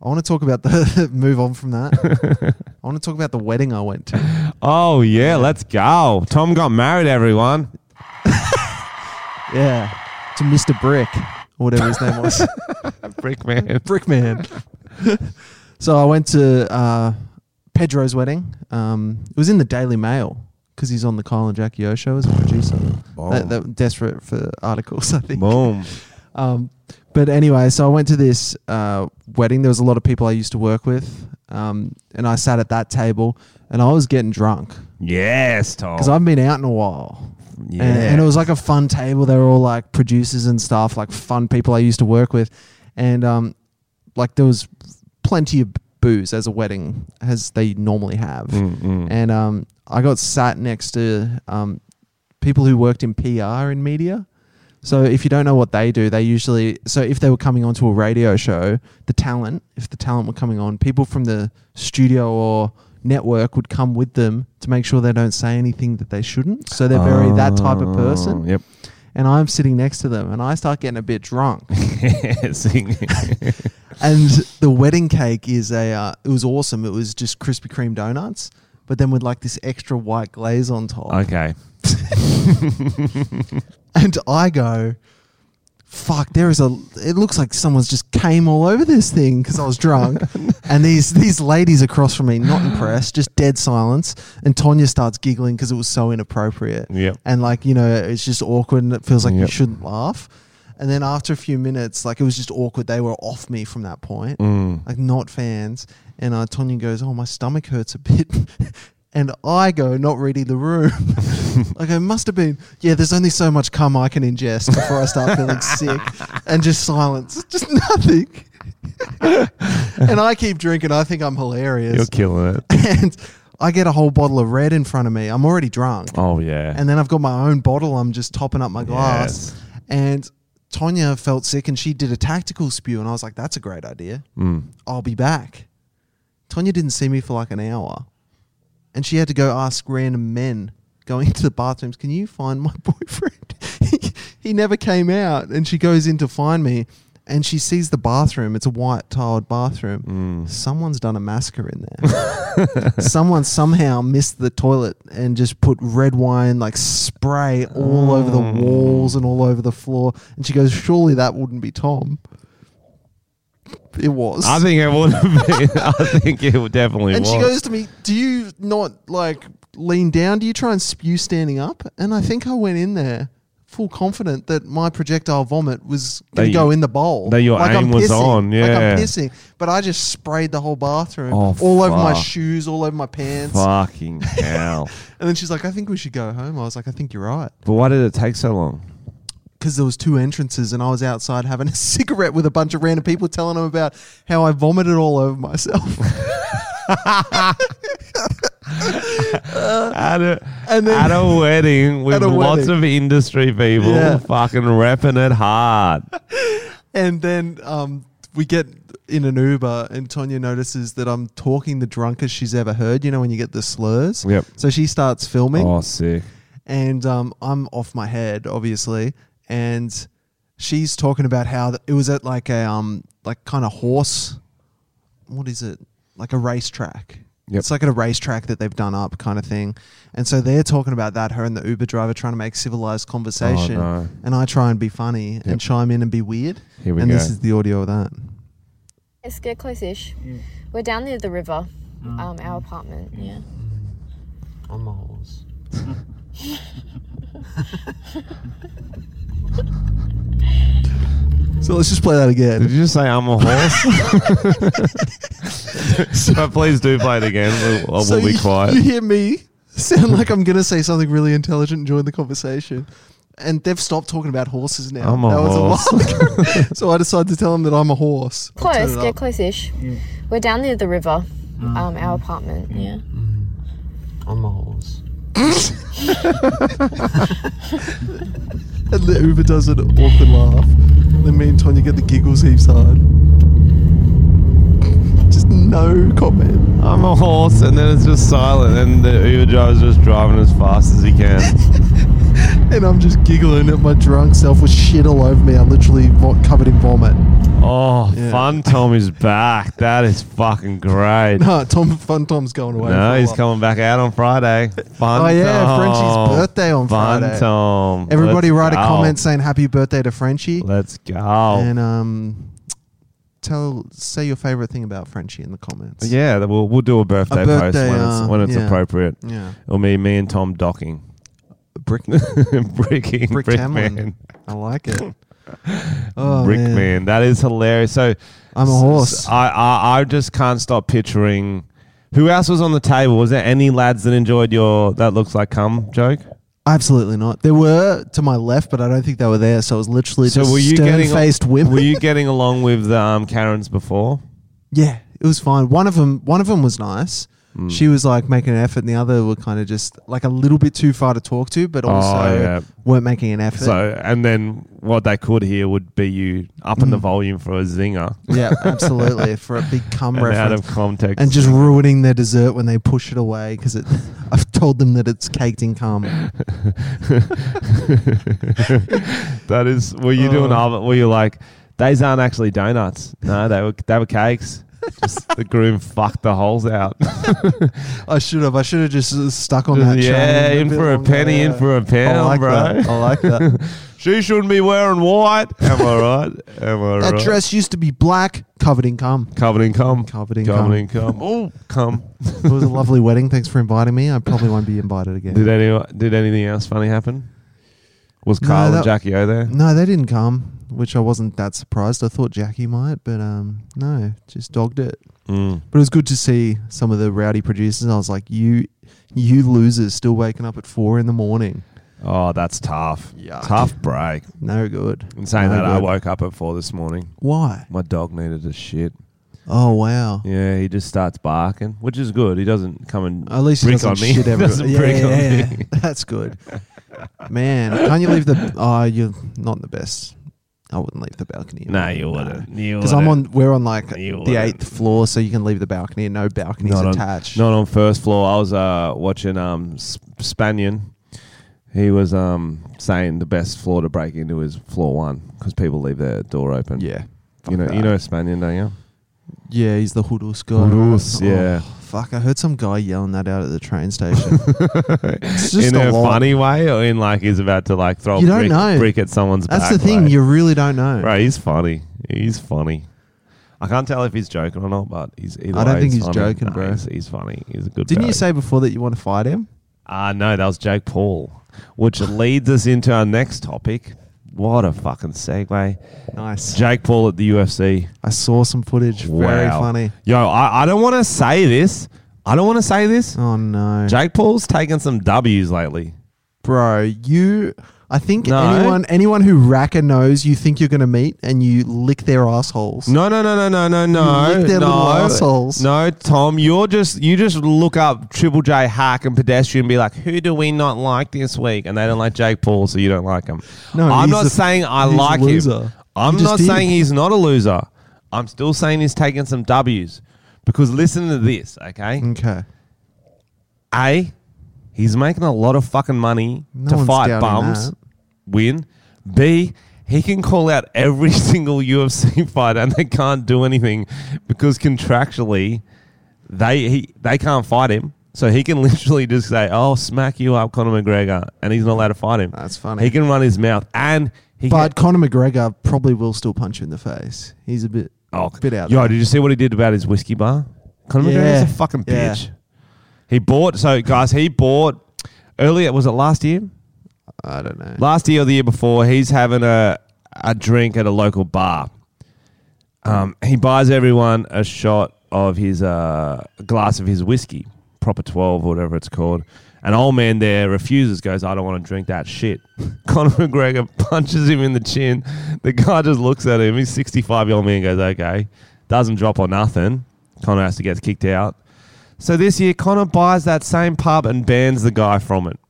Speaker 2: I want to talk about the [laughs] move on from that. I want to talk about the wedding I went to.
Speaker 1: Oh yeah, let's go. Tom got married, everyone.
Speaker 2: [laughs] Yeah. To Mr. Brick, or whatever his name was.
Speaker 1: Brickman.
Speaker 2: Brickman. so I went to uh, Pedro's wedding. Um, it was in the Daily Mail because he's on the Kyle and Jackie O
Speaker 1: Mm-hmm.
Speaker 2: show as a producer. They-
Speaker 1: Boom.
Speaker 2: [laughs] they were desperate for articles, I think.
Speaker 1: Boom.
Speaker 2: Um, But anyway, so I went to this uh, wedding. There was a lot of people I used to work with, um, and I sat at that table, and I was getting drunk
Speaker 1: Yes,
Speaker 2: [laughs]
Speaker 1: Tom.
Speaker 2: because I've been out in a while.
Speaker 1: Oh. yeah.
Speaker 2: And, and it was like a fun table. They were all like producers and stuff, like fun people I used to work with. And um, like there was plenty of booze as a wedding, as they normally have. And um, I got sat next to um, people who worked in PR in media. So if you don't know what they do, they usually so if they were coming onto a radio show, the talent, if the talent were coming on, people from the studio or network would come with them to make sure they don't say anything that they shouldn't. So they're very that type of
Speaker 1: Oh,
Speaker 2: person.
Speaker 1: Yep. [laughs]
Speaker 2: And I'm sitting next to them and I start getting a bit drunk.
Speaker 1: Sing-
Speaker 2: and the wedding cake is a uh, it was awesome. It was just Krispy Kreme donuts, but then with like this extra white glaze on top.
Speaker 1: [laughs] okay.
Speaker 2: And I go, fuck, there is a. It looks like someone's just came all over this thing because I was drunk. and these these ladies across from me, not impressed, just dead silence. And Tonya starts giggling because it was so inappropriate.
Speaker 1: Yep.
Speaker 2: And like you know, it's just awkward, and it feels like you
Speaker 1: Yep.
Speaker 2: shouldn't laugh. And then after a few minutes, like it was just awkward. They were off me from that point,
Speaker 1: Mm.
Speaker 2: like not fans. And uh, Tonya goes, "Oh, my stomach hurts a bit." [laughs] And I go, not reading the room.
Speaker 1: [laughs]
Speaker 2: like, it must have been, yeah, there's only so much cum I can ingest before I start feeling
Speaker 1: [laughs]
Speaker 2: sick. And just silence, just nothing. and I keep drinking. I think I'm hilarious.
Speaker 1: You're killing it.
Speaker 2: [laughs] And I get a whole bottle of red in front of me. I'm already drunk
Speaker 1: Oh, yeah.
Speaker 2: and then I've got my own bottle. I'm just topping up my glass. And Tonya felt sick and she did a tactical spew, and I was like, "That's a great idea. I'll be back." Tonya didn't see me for like an hour, and she had to go ask random men going [laughs] into the bathrooms, "Can you find my [laughs] boyfriend?" He- he never came out, and she goes in to find me. And she sees the bathroom. It's a white tiled bathroom. Someone's done a massacre in there someone somehow missed the toilet and just put red wine like spray all over
Speaker 1: Oh.
Speaker 2: the walls and all over the floor. And she goes, "Surely that wouldn't be Tom." It was.
Speaker 1: I think it would have been. [laughs] I think it would definitely
Speaker 2: and
Speaker 1: was.
Speaker 2: she goes to me, "Do you not like lean down? Do you try and spew standing up?" And I think I went in there full confident that my projectile vomit was going
Speaker 1: That
Speaker 2: to go
Speaker 1: you-
Speaker 2: in the bowl.
Speaker 1: that your
Speaker 2: like
Speaker 1: aim
Speaker 2: I'm
Speaker 1: was
Speaker 2: pissing,
Speaker 1: on,
Speaker 2: Like
Speaker 1: yeah.
Speaker 2: I'm pissing, but I just sprayed the whole bathroom
Speaker 1: Oh,
Speaker 2: all over my
Speaker 1: fuck.
Speaker 2: shoes, all over my pants.
Speaker 1: Fucking hell.
Speaker 2: And then she's like, I think we should go home. I was like, I think you're right.
Speaker 1: but why did it take so long?
Speaker 2: Because there was two entrances and I was outside having a [laughs] cigarette with a bunch of random people telling them about how I vomited all over myself. [laughs]
Speaker 1: at a,
Speaker 2: Uh, And then-
Speaker 1: at a
Speaker 2: [laughs]
Speaker 1: wedding with
Speaker 2: At a
Speaker 1: lots
Speaker 2: wedding.
Speaker 1: of industry people
Speaker 2: Yeah.
Speaker 1: fucking repping it hard.
Speaker 2: and then um, we get in an Uber and Tonya notices that I'm talking the drunkest she's ever heard. You know, when you get the slurs.
Speaker 1: Yep.
Speaker 2: So she starts filming.
Speaker 1: Oh, sick.
Speaker 2: and um, I'm off my head, obviously. And she's talking about how th- it was at like a um, like kind of horse. What is it? Like a racetrack.
Speaker 1: Yep.
Speaker 2: It's like at a racetrack that they've done up, kind of thing. And so they're talking about that. Her and the Uber driver trying to make civilized conversation,
Speaker 1: Oh, no.
Speaker 2: and I try and be funny and chime in and be weird.
Speaker 1: Here we
Speaker 2: and this
Speaker 1: go.
Speaker 2: is the audio of that.
Speaker 3: Let's get close-ish. We're down near the river, um, our apartment. Yeah.
Speaker 2: On the horse. so let's just play that again.
Speaker 1: Did you just say I'm a horse? [laughs] but please do play it again. We'll, I will
Speaker 2: so
Speaker 1: be
Speaker 2: you,
Speaker 1: quiet.
Speaker 2: you hear me sound like I'm gonna say something really intelligent and join the conversation. And they've stopped talking about horses now.
Speaker 1: I'm a
Speaker 2: that
Speaker 1: horse.
Speaker 2: was a
Speaker 1: [laughs]
Speaker 2: while ago. so I decided to tell them that I'm a horse. I'll turn
Speaker 3: Close.
Speaker 2: it
Speaker 3: Get
Speaker 2: up.
Speaker 3: close-ish. We're down near the river, um, our apartment. Yeah.
Speaker 4: I'm a horse.
Speaker 2: And the Uber does an awkward laugh. Then me and Tonya get the giggles heaps hard. Just no comment.
Speaker 1: I'm a horse, and then it's just silent, and the Uber driver's just driving as fast as he can.
Speaker 2: [laughs] And I'm just giggling at my drunk self with shit all over me. I'm literally vo- covered in vomit. [laughs]
Speaker 1: Oh,
Speaker 2: Yeah.
Speaker 1: Fun Tom is back. That is fucking great.
Speaker 2: No, Tom Fun Tom's going away.
Speaker 1: No,
Speaker 2: for a
Speaker 1: he's
Speaker 2: while.
Speaker 1: coming back out on Friday. Fun
Speaker 2: Oh, yeah, Frenchie's
Speaker 1: Tom.
Speaker 2: birthday on
Speaker 1: Fun
Speaker 2: Friday.
Speaker 1: Tom.
Speaker 2: Everybody
Speaker 1: Let's
Speaker 2: write a
Speaker 1: go.
Speaker 2: comment saying happy birthday to Frenchie.
Speaker 1: Let's go.
Speaker 2: And um tell say your favorite thing about Frenchie in the comments.
Speaker 1: yeah, th- we'll, we'll do a birthday,
Speaker 2: birthday,
Speaker 1: post when it's,
Speaker 2: uh,
Speaker 1: when it's
Speaker 2: yeah.
Speaker 1: appropriate.
Speaker 2: Yeah.
Speaker 1: It'll be me and Tom docking. [laughs]
Speaker 2: Brick
Speaker 1: Bricking.
Speaker 2: Brick
Speaker 1: Brick, man. [laughs]
Speaker 2: Tamlin. I like it. Oh,
Speaker 1: Brickman. That is hilarious. So
Speaker 2: I'm a horse.
Speaker 1: I, I I just can't stop picturing. Who else was on the table? Was there any lads that enjoyed your that looks like cum joke?
Speaker 2: Absolutely not. There were to my left, but I don't think they were there. So it was literally
Speaker 1: So
Speaker 2: just
Speaker 1: were you getting
Speaker 2: stern-faced women. [laughs]
Speaker 1: Were you getting along with the um, Karens before?
Speaker 2: Yeah, it was fine. One of them, one of them was nice.
Speaker 1: Hmm.
Speaker 2: She was like making an effort, and the other were kind of just like a little bit too far to talk to, but also
Speaker 1: Oh, yeah.
Speaker 2: weren't making an effort.
Speaker 1: So and then what they could hear would be you upping
Speaker 2: Mm.
Speaker 1: the volume for a zinger [laughs]
Speaker 2: yeah, absolutely for a big cum
Speaker 1: and out
Speaker 2: reference.
Speaker 1: of context
Speaker 2: and just ruining their dessert when they push it away because it, [laughs] I've told them that it's caked in cum.
Speaker 1: [laughs] that is were you doing
Speaker 2: Oh.
Speaker 1: other were you like these aren't actually donuts no they were they were cakes
Speaker 2: [laughs]
Speaker 1: just the groom fucked the holes out
Speaker 2: I should have. I should have just uh, stuck on
Speaker 1: [laughs]
Speaker 2: that.
Speaker 1: yeah
Speaker 2: train
Speaker 1: in
Speaker 2: bit
Speaker 1: for a
Speaker 2: longer,
Speaker 1: penny in
Speaker 2: yeah.
Speaker 1: for a pound
Speaker 2: I like
Speaker 1: bro
Speaker 2: that. I like that.
Speaker 1: [laughs] she shouldn't be wearing white am I right am I
Speaker 2: that
Speaker 1: right
Speaker 2: dress used to be black, covered in cum.
Speaker 1: covered in cum
Speaker 2: Covered in cum.
Speaker 1: covered in cum oh cum [laughs]
Speaker 2: It was a lovely wedding. Thanks for inviting me. I probably won't be invited again.
Speaker 1: did any did anything else funny happen was
Speaker 2: No,
Speaker 1: Carl and
Speaker 2: that- Mm.
Speaker 1: Jackie O there
Speaker 2: No, they didn't come, which I wasn't that surprised. I thought Jackie might, but um, no, just dogged it.
Speaker 1: Mm.
Speaker 2: But it was good to see some of the rowdy producers. I was like, you, you losers, still waking up at four in the morning.
Speaker 1: oh that's tough
Speaker 2: Yuck.
Speaker 1: tough break
Speaker 2: No good.
Speaker 1: in saying
Speaker 2: No
Speaker 1: that I
Speaker 2: good.
Speaker 1: woke up at four this morning
Speaker 2: Why?
Speaker 1: my dog needed a shit
Speaker 2: Oh wow.
Speaker 1: Yeah, he just starts barking, which is good. He doesn't come and
Speaker 2: At least he
Speaker 1: brick
Speaker 2: doesn't
Speaker 1: on me. [laughs]
Speaker 2: shit everywhere.
Speaker 1: doesn't
Speaker 2: yeah,
Speaker 1: brick
Speaker 2: yeah,
Speaker 1: on
Speaker 2: yeah. [laughs]
Speaker 1: me.
Speaker 2: That's good. Man, can't you leave the? Oh, you're not the best. I wouldn't leave the balcony.
Speaker 1: No, you wouldn't. You
Speaker 2: Because I'm on.
Speaker 1: wouldn't.
Speaker 2: We're on like
Speaker 1: You
Speaker 2: the
Speaker 1: wouldn't.
Speaker 2: eighth floor, so you can leave the balcony and no balconies
Speaker 1: Not on-
Speaker 2: attached.
Speaker 1: Not on first floor. I was uh, watching um S- Spanian. He was um saying the best floor to break into is floor one because people leave their door open.
Speaker 2: yeah.
Speaker 1: you know,
Speaker 2: fuck
Speaker 1: you
Speaker 2: that.
Speaker 1: know Spanian, don't you?
Speaker 2: Yeah, he's the Hurus guy. Oh,
Speaker 1: Hurus, yeah.
Speaker 2: Fuck, I heard some guy yelling that out at the
Speaker 1: [laughs]
Speaker 2: train station. it's just
Speaker 1: in a
Speaker 2: a lot.
Speaker 1: funny way, or in like he's about to like throw
Speaker 2: You
Speaker 1: a
Speaker 2: don't
Speaker 1: brick,
Speaker 2: know.
Speaker 1: brick at someone's
Speaker 2: That's
Speaker 1: back.
Speaker 2: the thing,
Speaker 1: like-
Speaker 2: you really don't know.
Speaker 1: Right, he's funny. He's funny. I can't tell if he's joking or not, but he's. either
Speaker 2: I don't
Speaker 1: way,
Speaker 2: think he's
Speaker 1: funny.
Speaker 2: joking,
Speaker 1: Nah,
Speaker 2: bro.
Speaker 1: He's, he's funny. He's a good.
Speaker 2: Didn't you
Speaker 1: bloke.
Speaker 2: say before that you want to fight him?
Speaker 1: Ah, no, that was Jake Paul, which leads us into our next topic. What a fucking segue!
Speaker 2: Nice.
Speaker 1: Jake Paul at the UFC.
Speaker 2: I saw some footage. Very
Speaker 1: Wow.
Speaker 2: funny.
Speaker 1: Yo, I, I don't want to say this. I don't want to say this.
Speaker 2: Oh no.
Speaker 1: Jake Paul's taken some W's lately.
Speaker 2: Bro, you I think
Speaker 1: No.
Speaker 2: anyone anyone who racker knows you think you're gonna meet and you lick their assholes.
Speaker 1: No, no, no, no, no, no, no.
Speaker 2: You lick their
Speaker 1: no,
Speaker 2: little assholes.
Speaker 1: No, Tom, you're just you just look up Triple J hack and pedestrian and be like, who do we not like this week? And they don't like Jake Paul, so you don't like him.
Speaker 2: No,
Speaker 1: I'm
Speaker 2: he's
Speaker 1: not
Speaker 2: a-
Speaker 1: saying I
Speaker 2: he's a
Speaker 1: like him.
Speaker 2: loser.
Speaker 1: I'm
Speaker 2: You just
Speaker 1: not
Speaker 2: did.
Speaker 1: saying he's not a loser. I'm still saying he's taking some W's. Because listen to this, okay?
Speaker 2: Okay.
Speaker 1: A, he's making a lot of fucking money
Speaker 2: No
Speaker 1: to
Speaker 2: one's
Speaker 1: fight
Speaker 2: doubting
Speaker 1: bums,
Speaker 2: that.
Speaker 1: win. B, he can call out every [laughs] single UFC [laughs] fighter and they can't do anything because contractually they he, they can't fight him. So he can [laughs] literally just say, "Oh, smack you up, Conor McGregor," and he's not allowed to fight him.
Speaker 2: That's funny.
Speaker 1: He can run his mouth, and he
Speaker 2: But
Speaker 1: can,
Speaker 2: Conor McGregor probably will still punch you in the face. He's a bit [laughs]
Speaker 1: oh,
Speaker 2: bit out
Speaker 1: Yo,
Speaker 2: there.
Speaker 1: did you see what he did about his whiskey bar? Conor
Speaker 2: Yeah.
Speaker 1: McGregor's a fucking
Speaker 2: Yeah.
Speaker 1: bitch. He bought. So guys, he bought earlier. Was it last year?
Speaker 2: I don't know.
Speaker 1: last year or the year before, he's having a a drink at a local bar. Um, he buys everyone a shot of his uh, a glass of his whiskey, proper twelve or whatever it's called. An old man there refuses, goes, "I don't want to drink that shit." [laughs] Conor McGregor punches him in the chin. The guy just looks at him. He's sixty-five year old man goes, "Okay," doesn't drop or nothing. Conor has to get kicked out. So this year, Conor buys that same pub and bans the guy from it.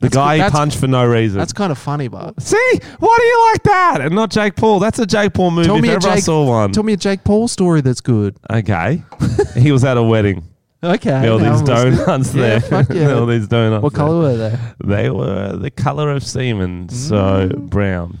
Speaker 1: The
Speaker 2: That's good-
Speaker 1: guy he
Speaker 2: that's-
Speaker 1: punched for no reason.
Speaker 2: That's kind of funny, but
Speaker 1: See, why do you like that and not Jake Paul? That's a Jake Paul movie. if ever I saw one.
Speaker 2: Tell me a Jake Paul story that's good.
Speaker 1: okay, [laughs] he was at a wedding.
Speaker 2: Okay.
Speaker 1: There were these donuts
Speaker 2: [laughs] Yeah,
Speaker 1: there.
Speaker 2: fuck
Speaker 1: [laughs]
Speaker 2: yeah.
Speaker 1: There were these donuts.
Speaker 2: What
Speaker 1: there.
Speaker 2: color were they?
Speaker 1: They were the color of semen, so
Speaker 2: Mm.
Speaker 1: brown.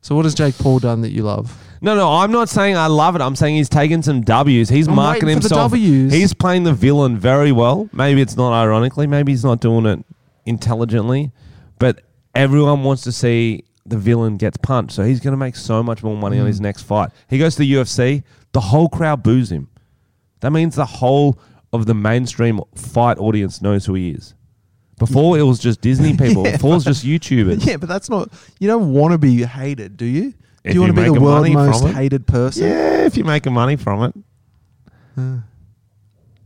Speaker 2: So what has Jake Paul done that you love?
Speaker 1: No, no, I'm not saying I love it. I'm saying he's taking some W's. He's
Speaker 2: I'm
Speaker 1: marking
Speaker 2: waiting Oh, for the
Speaker 1: himself.
Speaker 2: W's.
Speaker 1: He's playing the villain very well. Maybe it's not ironically. Maybe he's not doing it intelligently. But everyone wants to see the villain gets punched. So he's going to make so much more money on his next fight. He goes to the UFC. The whole crowd boos him. That means the whole of the mainstream fight audience knows who he is. Before it was just Disney [laughs] people. Before it was just YouTubers.
Speaker 2: [laughs] Yeah, but that's not. You don't want to be hated, do you?
Speaker 1: If
Speaker 2: do you want
Speaker 1: you
Speaker 2: to be
Speaker 1: make
Speaker 2: the world's
Speaker 1: money
Speaker 2: most
Speaker 1: from it.
Speaker 2: hated person?
Speaker 1: Yeah, if you're making money from it.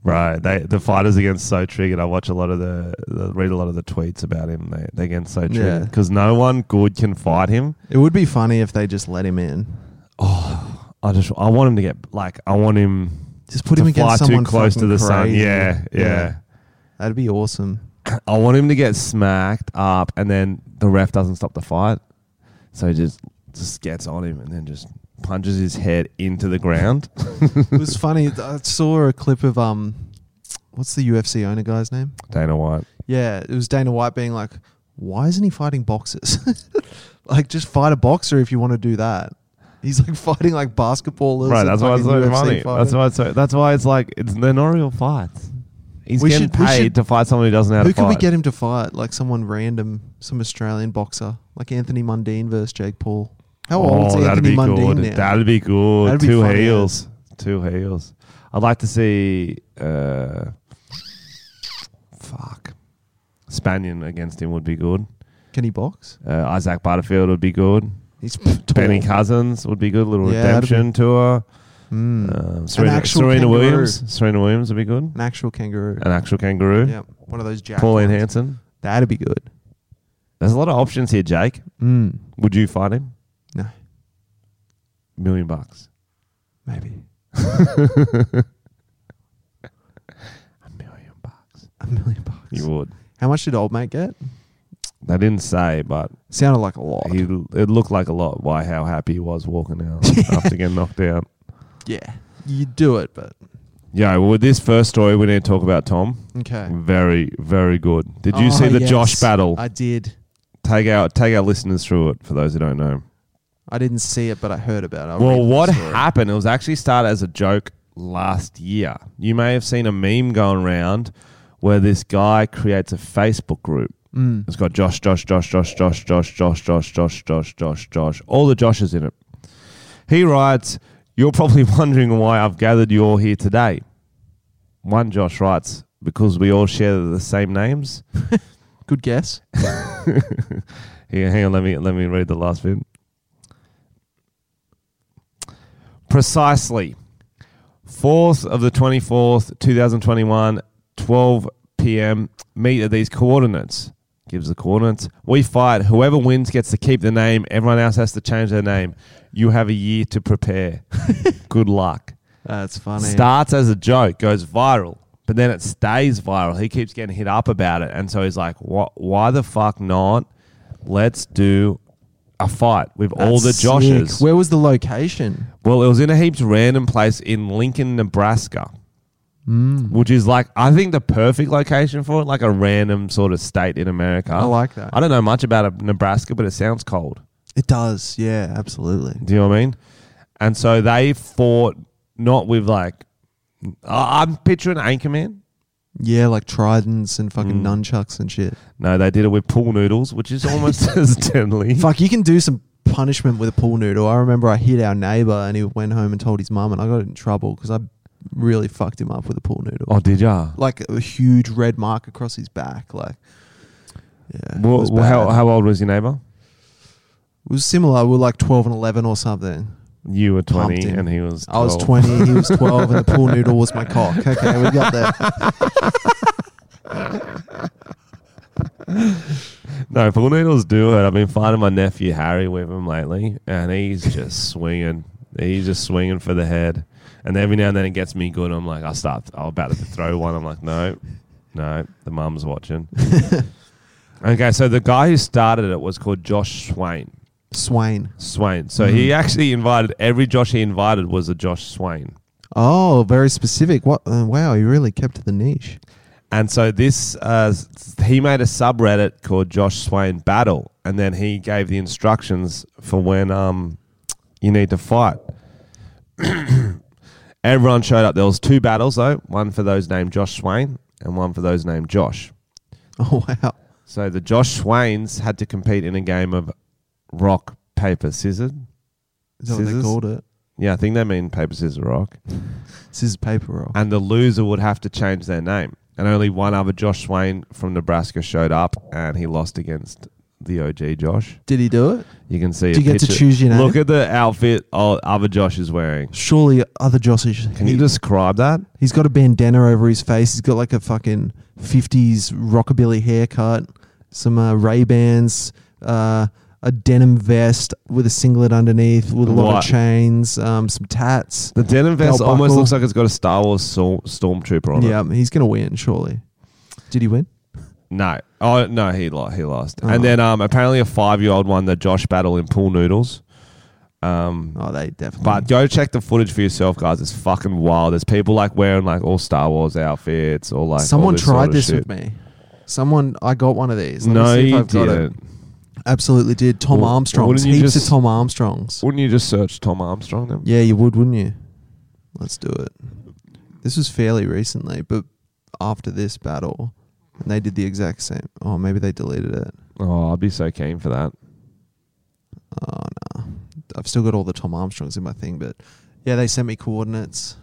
Speaker 1: Right, they, the fighters against so triggered. I watch a lot of the, the read a lot of the tweets about him. They they against so triggered
Speaker 2: Yeah.
Speaker 1: because no one good can fight him.
Speaker 2: It would be funny if they just let him in.
Speaker 1: I just I want him to get like I want him
Speaker 2: Just put
Speaker 1: to
Speaker 2: him
Speaker 1: fly
Speaker 2: against someone
Speaker 1: too close to
Speaker 2: fucking
Speaker 1: the sun.
Speaker 2: crazy.
Speaker 1: Yeah, yeah,
Speaker 2: That'd be awesome.
Speaker 1: I want him to get smacked up, and then the ref doesn't stop the fight, so he just just gets on him and then just punches his head into the ground.
Speaker 2: it was funny. I saw a clip of um, what's the UFC owner guy's name?
Speaker 1: Dana White.
Speaker 2: Yeah, it was Dana White being like, "Why isn't he fighting boxers? [laughs] like, just fight a boxer if you want to do that." He's like fighting like basketballers.
Speaker 1: Right,
Speaker 2: and
Speaker 1: that's why it's
Speaker 2: fucking
Speaker 1: so
Speaker 2: UFC
Speaker 1: funny. That's
Speaker 2: fighters.
Speaker 1: why it's so, that's why it's like it's they're not real fights. He's
Speaker 2: We
Speaker 1: getting
Speaker 2: should- we
Speaker 1: paid
Speaker 2: should-
Speaker 1: to fight someone who doesn't know how
Speaker 2: Who
Speaker 1: to fight.
Speaker 2: could we get him to fight? Like someone random, some Australian boxer, like Anthony Mundine versus Jake Paul. How
Speaker 1: oh,
Speaker 2: old's
Speaker 1: that'd
Speaker 2: Anthony
Speaker 1: be
Speaker 2: Mundine
Speaker 1: good.
Speaker 2: now?
Speaker 1: That'd be good.
Speaker 2: That'd be
Speaker 1: Two
Speaker 2: funny,
Speaker 1: heels. Two heels. I'd like to see uh fuck. Spanion against him would be good.
Speaker 2: Can he box?
Speaker 1: Uh, Isaac Butterfield would be good.
Speaker 2: He's tall.
Speaker 1: Benny Cousins would be good. Little
Speaker 2: Yeah, that'd be-
Speaker 1: redemption tour.
Speaker 2: Mm.
Speaker 1: Um, Serena,
Speaker 2: actual
Speaker 1: Serena
Speaker 2: kangaroo.
Speaker 1: Williams. Serena Williams would be good.
Speaker 2: An actual kangaroo.
Speaker 1: An actual kangaroo.
Speaker 2: Yeah, one of those jack.
Speaker 1: Pauline
Speaker 2: ones.
Speaker 1: Hanson.
Speaker 2: That'd be good.
Speaker 1: There's a lot of options here, Jake.
Speaker 2: Mm.
Speaker 1: Would you fight him?
Speaker 2: No,
Speaker 1: Million bucks.
Speaker 2: maybe
Speaker 1: A million bucks.
Speaker 2: a million bucks.
Speaker 1: You would.
Speaker 2: How much did old mate get?
Speaker 1: They didn't say, but
Speaker 2: Sounded like a lot.
Speaker 1: he it looked like a lot why how happy he was walking
Speaker 2: [laughs]
Speaker 1: out after getting knocked out.
Speaker 2: yeah, you do it, but
Speaker 1: Yeah, well, with this first story, we need to talk about Tom.
Speaker 2: okay.
Speaker 1: Very, very good. Did you
Speaker 2: Oh,
Speaker 1: see the
Speaker 2: yes.
Speaker 1: Josh battle?
Speaker 2: I did.
Speaker 1: take our take our listeners through it for those who don't know.
Speaker 2: I didn't see it, but I heard about it. I'll read
Speaker 1: Well,
Speaker 2: the
Speaker 1: what
Speaker 2: story.
Speaker 1: happened? It was actually started as a joke last year. You may have seen a meme going around where this guy creates a Facebook group.
Speaker 2: Mm.
Speaker 1: It's got Josh, Josh, Josh, Josh, Josh, Josh, Josh, Josh, Josh, Josh, Josh, Josh. All the Joshes in it. He writes, You're probably [laughs] wondering why I've gathered you all here today. One Josh writes, Because we all share the same names.
Speaker 2: Good guess.
Speaker 1: Here, hang on, let me let me read the last bit. Precisely. Fourth of the twenty fourth, two thousand twenty one, twelve PM, meet at these coordinates. Gives the coordinates. We fight. Whoever wins gets to keep the name. Everyone else has to change their name. You have a year to prepare. [laughs] Good luck.
Speaker 2: That's funny.
Speaker 1: Starts as a joke, goes viral, but then it stays viral. He keeps getting hit up about it, and so he's like, "What? Why the fuck not? Let's do a fight with all the
Speaker 2: That's
Speaker 1: Joshes."
Speaker 2: sick. Where was the location?
Speaker 1: Well, it was in a heaps random place in Lincoln, Nebraska,
Speaker 2: Hmm.
Speaker 1: which is like I think the perfect location for it, like a random sort of state in America.
Speaker 2: I like that.
Speaker 1: I don't know much about uh, Nebraska, but it sounds cold.
Speaker 2: It does. Yeah, absolutely.
Speaker 1: Do you know what I mean? And so they fought not with like I- I'm picturing Anchorman.
Speaker 2: Yeah, like tridents and fucking
Speaker 1: Mm.
Speaker 2: nunchucks and shit.
Speaker 1: No, they did it with pool noodles, which is [laughs] almost as deadly.
Speaker 2: Fuck, you can do some punishment with a pool noodle. I remember I hit our neighbor and he went home and told his mum, and I got in trouble because I really fucked him up with a pool noodle.
Speaker 1: Oh, did ya?
Speaker 2: Like a huge red mark across his back. Like, yeah. it
Speaker 1: Well,
Speaker 2: was
Speaker 1: well, how,
Speaker 2: bad.
Speaker 1: how old was your neighbour?
Speaker 2: It was similar. We were like 12 and 11 or something.
Speaker 1: You were 20
Speaker 2: Pumped him.
Speaker 1: and he was 12.
Speaker 2: I was 20, he was 12, and the pool noodle was my cock. [laughs] Okay, we got there.
Speaker 1: No, pool noodles do it. I've been finding my nephew Harry with him lately and he's just [laughs] swinging. He's just swinging for the head. And every now and then it gets me good. I'm like, I'll start, I'm about to throw one. I'm like, no, no, the mum's watching. [laughs] okay, so the guy who started it was called Josh Swain.
Speaker 2: Swain.
Speaker 1: Swain. So he actually invited every Josh he invited was a Josh Swain.
Speaker 2: Oh, very specific. What? Uh, wow, he really kept to the niche. [laughs]
Speaker 1: And so this, uh, s- he made a subreddit called Josh Swain Battle, and then he gave the instructions for when um, you need to fight. [coughs] Everyone showed up. There was two battles though, one for those named Josh Swain and one for those named Josh.
Speaker 2: Oh wow.
Speaker 1: So the Josh Swains had to compete in a game of rock paper scissors.
Speaker 2: Is that what they
Speaker 1: Scissors?
Speaker 2: called it?
Speaker 1: Yeah, I think they mean paper scissors rock.
Speaker 2: Scissors paper roll.
Speaker 1: and the loser would have to change their name. and only one other Josh Swain from Nebraska showed up, and he lost against the OG Josh.
Speaker 2: Did he do it?
Speaker 1: You can see.
Speaker 2: Do
Speaker 1: a
Speaker 2: you get to
Speaker 1: picture.
Speaker 2: choose your name?
Speaker 1: Look at the outfit all other Josh is wearing.
Speaker 2: Surely other Josh.
Speaker 1: Can you describe that?
Speaker 2: He's got a bandana over his face. He's got like a fucking fifties rockabilly haircut, some uh, Ray Bans, uh, a denim vest with a singlet underneath, with a lot
Speaker 1: What?
Speaker 2: of chains, um, some tats.
Speaker 1: The denim vest
Speaker 2: Belt
Speaker 1: almost
Speaker 2: buckle.
Speaker 1: looks like it's got a Star Wars stor- stormtrooper on it.
Speaker 2: Yeah, he's gonna win surely. Did he win?
Speaker 1: No. Oh no, he lost. He lost.
Speaker 2: Oh.
Speaker 1: And then um, apparently a five-year-old won the Josh battle in pool noodles. Um,
Speaker 2: Oh, they definitely.
Speaker 1: but go check the footage for yourself, guys. It's fucking wild. There's people like wearing like all Star Wars outfits or like all
Speaker 2: someone
Speaker 1: this
Speaker 2: tried
Speaker 1: sort of
Speaker 2: this
Speaker 1: shit.
Speaker 2: with me. Someone, I got one of these. Let me
Speaker 1: No,
Speaker 2: see if
Speaker 1: you
Speaker 2: I've got it.
Speaker 1: didn't.
Speaker 2: Absolutely did. Tom
Speaker 1: Well,
Speaker 2: Armstrong's.
Speaker 1: wouldn't you
Speaker 2: Heaps
Speaker 1: just-
Speaker 2: of Tom Armstrongs.
Speaker 1: Wouldn't you just search Tom Armstrong then?
Speaker 2: Yeah, you would, wouldn't you? Let's do it. This was fairly recently, but after this battle, and they did the exact same. Oh, maybe they deleted it.
Speaker 1: Oh, I'd be so keen for that.
Speaker 2: Oh no, I've still got all the Tom Armstrongs in my thing, but yeah, they sent me coordinates.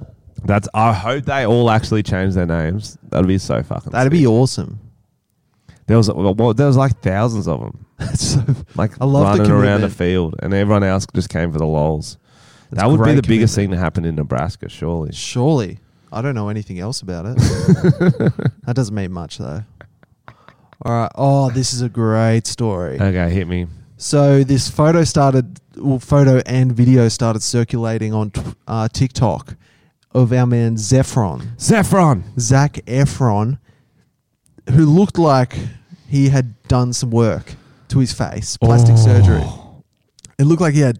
Speaker 1: That's. I hope they all actually change their names. That'd be so fucking.
Speaker 2: That'd
Speaker 1: sick.
Speaker 2: be awesome.
Speaker 1: There was well, there was like thousands of them,
Speaker 2: [laughs] That's so,
Speaker 1: [laughs] like
Speaker 2: I love the
Speaker 1: running around the
Speaker 2: commitment.
Speaker 1: field, and everyone else just came for the lols.
Speaker 2: that's
Speaker 1: that would be
Speaker 2: great
Speaker 1: the biggest thing
Speaker 2: commitment.
Speaker 1: to happen in Nebraska, surely.
Speaker 2: Surely, I don't know anything else about
Speaker 1: [laughs]
Speaker 2: it. that doesn't mean much though. All right. Oh, this is a great story.
Speaker 1: Okay, hit me.
Speaker 2: So this photo started, well, photo and video started circulating on t- uh, TikTok of our man Zephron,
Speaker 1: Zephron.
Speaker 2: Zach Efron, who looked like he had done some work to his face, plastic
Speaker 1: Oh.
Speaker 2: surgery. It looked like he had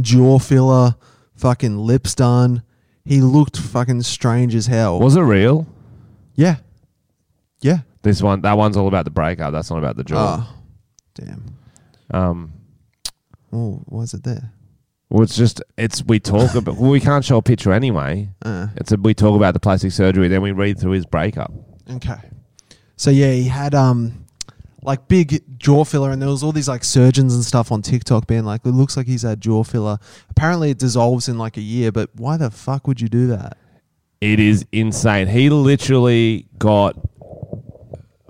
Speaker 2: jaw filler, fucking lips done. He looked fucking strange as hell.
Speaker 1: Was it real?
Speaker 2: yeah, yeah.
Speaker 1: This one, that one's all about the breakup. That's not about the job.
Speaker 2: Ah, damn. Ah.
Speaker 1: Um,
Speaker 2: Oh, why is it there?
Speaker 1: well, it's just it's we talk about. well, we can't show a picture anyway.
Speaker 2: Uh.
Speaker 1: It's a, we talk about the plastic surgery, then we read through his breakup.
Speaker 2: Okay. So yeah, he had um like big jaw filler and there was all these like surgeons and stuff on TikTok being like, it looks like he's had jaw filler. Apparently it dissolves in like a year, but why the fuck would you do that?
Speaker 1: It is insane. He literally got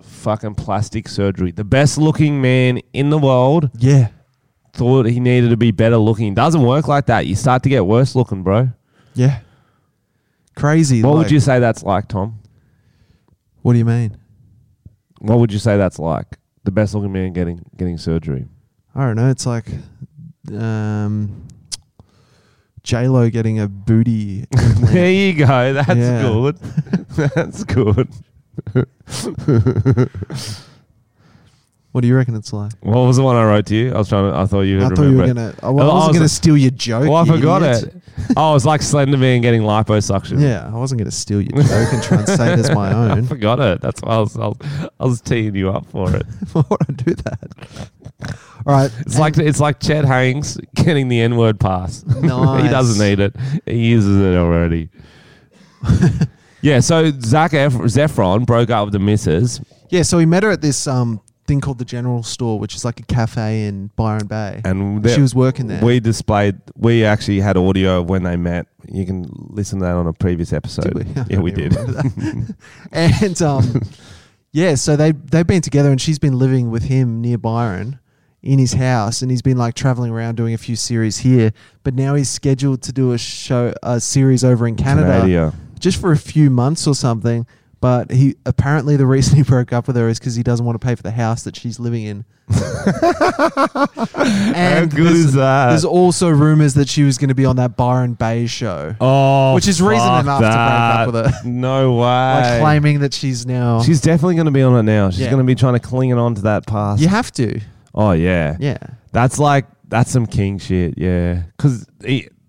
Speaker 1: fucking plastic surgery. The best looking man in the world
Speaker 2: Yeah.
Speaker 1: thought he needed to be better looking. Doesn't work like that. You start to get worse looking, bro.
Speaker 2: Yeah. Crazy.
Speaker 1: What
Speaker 2: like-
Speaker 1: would you say that's like, Tom?
Speaker 2: What do you mean?
Speaker 1: What would you say that's like? The best looking man getting getting
Speaker 2: [laughs]
Speaker 1: surgery. [laughs]
Speaker 2: I don't know, it's like um J Lo getting a booty
Speaker 1: [laughs]
Speaker 2: implant.
Speaker 1: There you go. That's
Speaker 2: Yeah.
Speaker 1: good. [laughs] that's good.
Speaker 2: What do you reckon it's like?
Speaker 1: What was the one I wrote to you? I was trying to. I thought you.
Speaker 2: I
Speaker 1: Would
Speaker 2: thought
Speaker 1: remember
Speaker 2: you were
Speaker 1: it. Oh,
Speaker 2: gonna I wasn't
Speaker 1: I was-
Speaker 2: gonna steal your joke.
Speaker 1: Well, I
Speaker 2: you
Speaker 1: forgot
Speaker 2: idiot.
Speaker 1: it. Oh, it's like Slender Man getting liposuction.
Speaker 2: Yeah, I wasn't gonna steal your joke and try and say it as
Speaker 1: [laughs]
Speaker 2: my
Speaker 1: I
Speaker 2: own.
Speaker 1: forgot it. That's why I was, I was, I was teeing you up for it.
Speaker 2: [laughs] Why would I do that? All right.
Speaker 1: It's like it's like Chad Hanks getting the N word pass. [laughs] he
Speaker 2: Nice.
Speaker 1: doesn't need it. He uses it
Speaker 2: [laughs]
Speaker 1: already. yeah. So Zach Ef- Zephron broke up with the missus.
Speaker 2: Yeah, so we met her at this um thing called the General Store, which is like a cafe in Byron Bay.
Speaker 1: and
Speaker 2: She was working there.
Speaker 1: We displayed. We actually had audio of when they met. You can listen to that on a previous episode.
Speaker 2: Did we? [laughs] I
Speaker 1: Yeah,
Speaker 2: don't
Speaker 1: we
Speaker 2: even
Speaker 1: did.
Speaker 2: remember that. [laughs] and um yeah, so they they've been together and she's been living with him near Byron in his house and he's been like traveling around doing a few series here, but now he's scheduled to do a show a series over in Canada.
Speaker 1: Canada.
Speaker 2: just for a few months or something. But he apparently the reason he broke up with her is because he doesn't want to pay for the house that she's
Speaker 1: [laughs]
Speaker 2: living in. and
Speaker 1: How good
Speaker 2: there's,
Speaker 1: is that?
Speaker 2: there's also rumors that she was going to be on that Byron Bay show,
Speaker 1: Oh,
Speaker 2: Which is reason
Speaker 1: fuck
Speaker 2: enough to break up
Speaker 1: that.
Speaker 2: with her.
Speaker 1: No way.
Speaker 2: like claiming that she's now.
Speaker 1: She's definitely going to be on it now. She's
Speaker 2: Yeah.
Speaker 1: going to be trying to cling on to that past.
Speaker 2: you have to,
Speaker 1: Oh yeah.
Speaker 2: yeah.
Speaker 1: That's like that's some king shit. Yeah. Because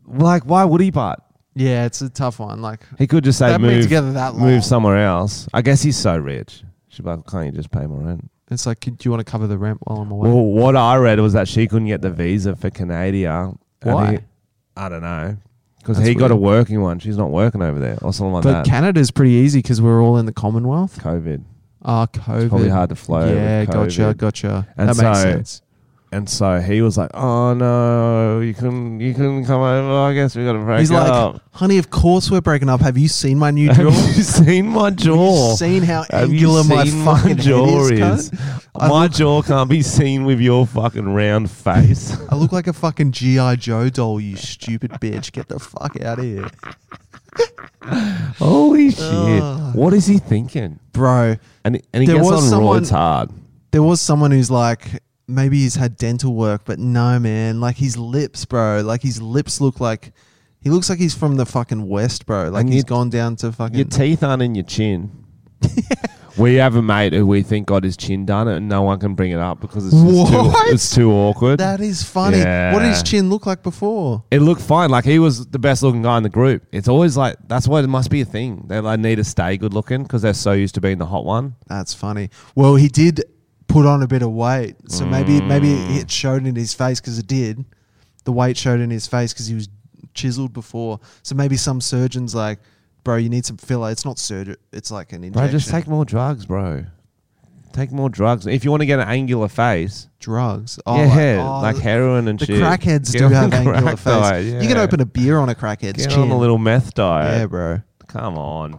Speaker 1: like, why would he? But
Speaker 2: Yeah, it's a tough one. Like
Speaker 1: he could just say
Speaker 2: They've been
Speaker 1: move
Speaker 2: together that long.
Speaker 1: move somewhere else. I guess he's so rich. She'd be like, can't you just pay my rent?
Speaker 2: it's like, do you want to cover the rent while I'm away?
Speaker 1: Well, what I read was that she couldn't get the visa for Canada. And
Speaker 2: Why?
Speaker 1: he- I don't know. Because
Speaker 2: That's
Speaker 1: he got a
Speaker 2: weird.
Speaker 1: working one. She's not working over there or something like
Speaker 2: but
Speaker 1: that.
Speaker 2: Canada's pretty easy because we're all in the Commonwealth.
Speaker 1: COVID.
Speaker 2: Ah, COVID.
Speaker 1: Probably hard to fly over.
Speaker 2: Yeah,
Speaker 1: with COVID.
Speaker 2: gotcha, gotcha.
Speaker 1: And
Speaker 2: that makes
Speaker 1: so-
Speaker 2: sense.
Speaker 1: And so he was like, "Oh no, you couldn't, you couldn't come over. I guess we got to break
Speaker 2: He's like,
Speaker 1: up."
Speaker 2: honey, of course we're breaking up. Have you seen my new
Speaker 1: [laughs] Have
Speaker 2: jaw?
Speaker 1: you seen my jaw?
Speaker 2: You've seen how
Speaker 1: Have you
Speaker 2: angular my
Speaker 1: seen
Speaker 2: fucking jaw is. cunt? I
Speaker 1: My
Speaker 2: look-
Speaker 1: jaw can't be seen with your fucking round
Speaker 2: [laughs]
Speaker 1: face.
Speaker 2: I look like a fucking GI Joe doll, you stupid bitch. Get the fuck out of here,
Speaker 1: [laughs]
Speaker 2: Ah.
Speaker 1: Holy shit!
Speaker 2: Ugh.
Speaker 1: What is he thinking?
Speaker 2: bro.
Speaker 1: And and he
Speaker 2: There
Speaker 1: gets on
Speaker 2: was
Speaker 1: raw.
Speaker 2: someone-
Speaker 1: It's hard.
Speaker 2: There was someone who's like, maybe he's had dental work, but no, man. Like his lips, bro. Like his lips look like he looks like he's from the fucking west, bro. Like
Speaker 1: And your-
Speaker 2: he's gone down to fucking.
Speaker 1: Your teeth aren't in your
Speaker 2: [laughs]
Speaker 1: chin. we have a mate who we think got his chin done, and no one can bring it up because it's just
Speaker 2: What?
Speaker 1: too, it's too awkward.
Speaker 2: that is funny. What did
Speaker 1: Yeah.
Speaker 2: his chin look like before?
Speaker 1: it looked fine. Like he was the best looking guy in the group. It's always like that's why it must be a thing. They like need to stay good looking because they're so used to being the hot one.
Speaker 2: That's funny. Well, he did put on a bit of weight, so maybe maybe
Speaker 1: Mm.
Speaker 2: it showed in his face because it did. The weight showed in his face because he was chiseled before. So maybe some surgeons like, bro, you need some filler. It's not surgery. It's like an
Speaker 1: Bro,
Speaker 2: injection.
Speaker 1: just take more drugs, bro. Take more drugs if you want to get an angular face.
Speaker 2: drugs. Oh,
Speaker 1: yeah,
Speaker 2: oh,
Speaker 1: like heroin and
Speaker 2: the
Speaker 1: shit.
Speaker 2: crackheads
Speaker 1: Get
Speaker 2: do
Speaker 1: on
Speaker 2: have
Speaker 1: the
Speaker 2: angular
Speaker 1: crack
Speaker 2: face.
Speaker 1: diet,
Speaker 2: You can
Speaker 1: yeah.
Speaker 2: open a beer on a crackhead's
Speaker 1: Get
Speaker 2: chin.
Speaker 1: on a little meth diet.
Speaker 2: yeah, bro.
Speaker 1: Come
Speaker 2: [laughs]
Speaker 1: on.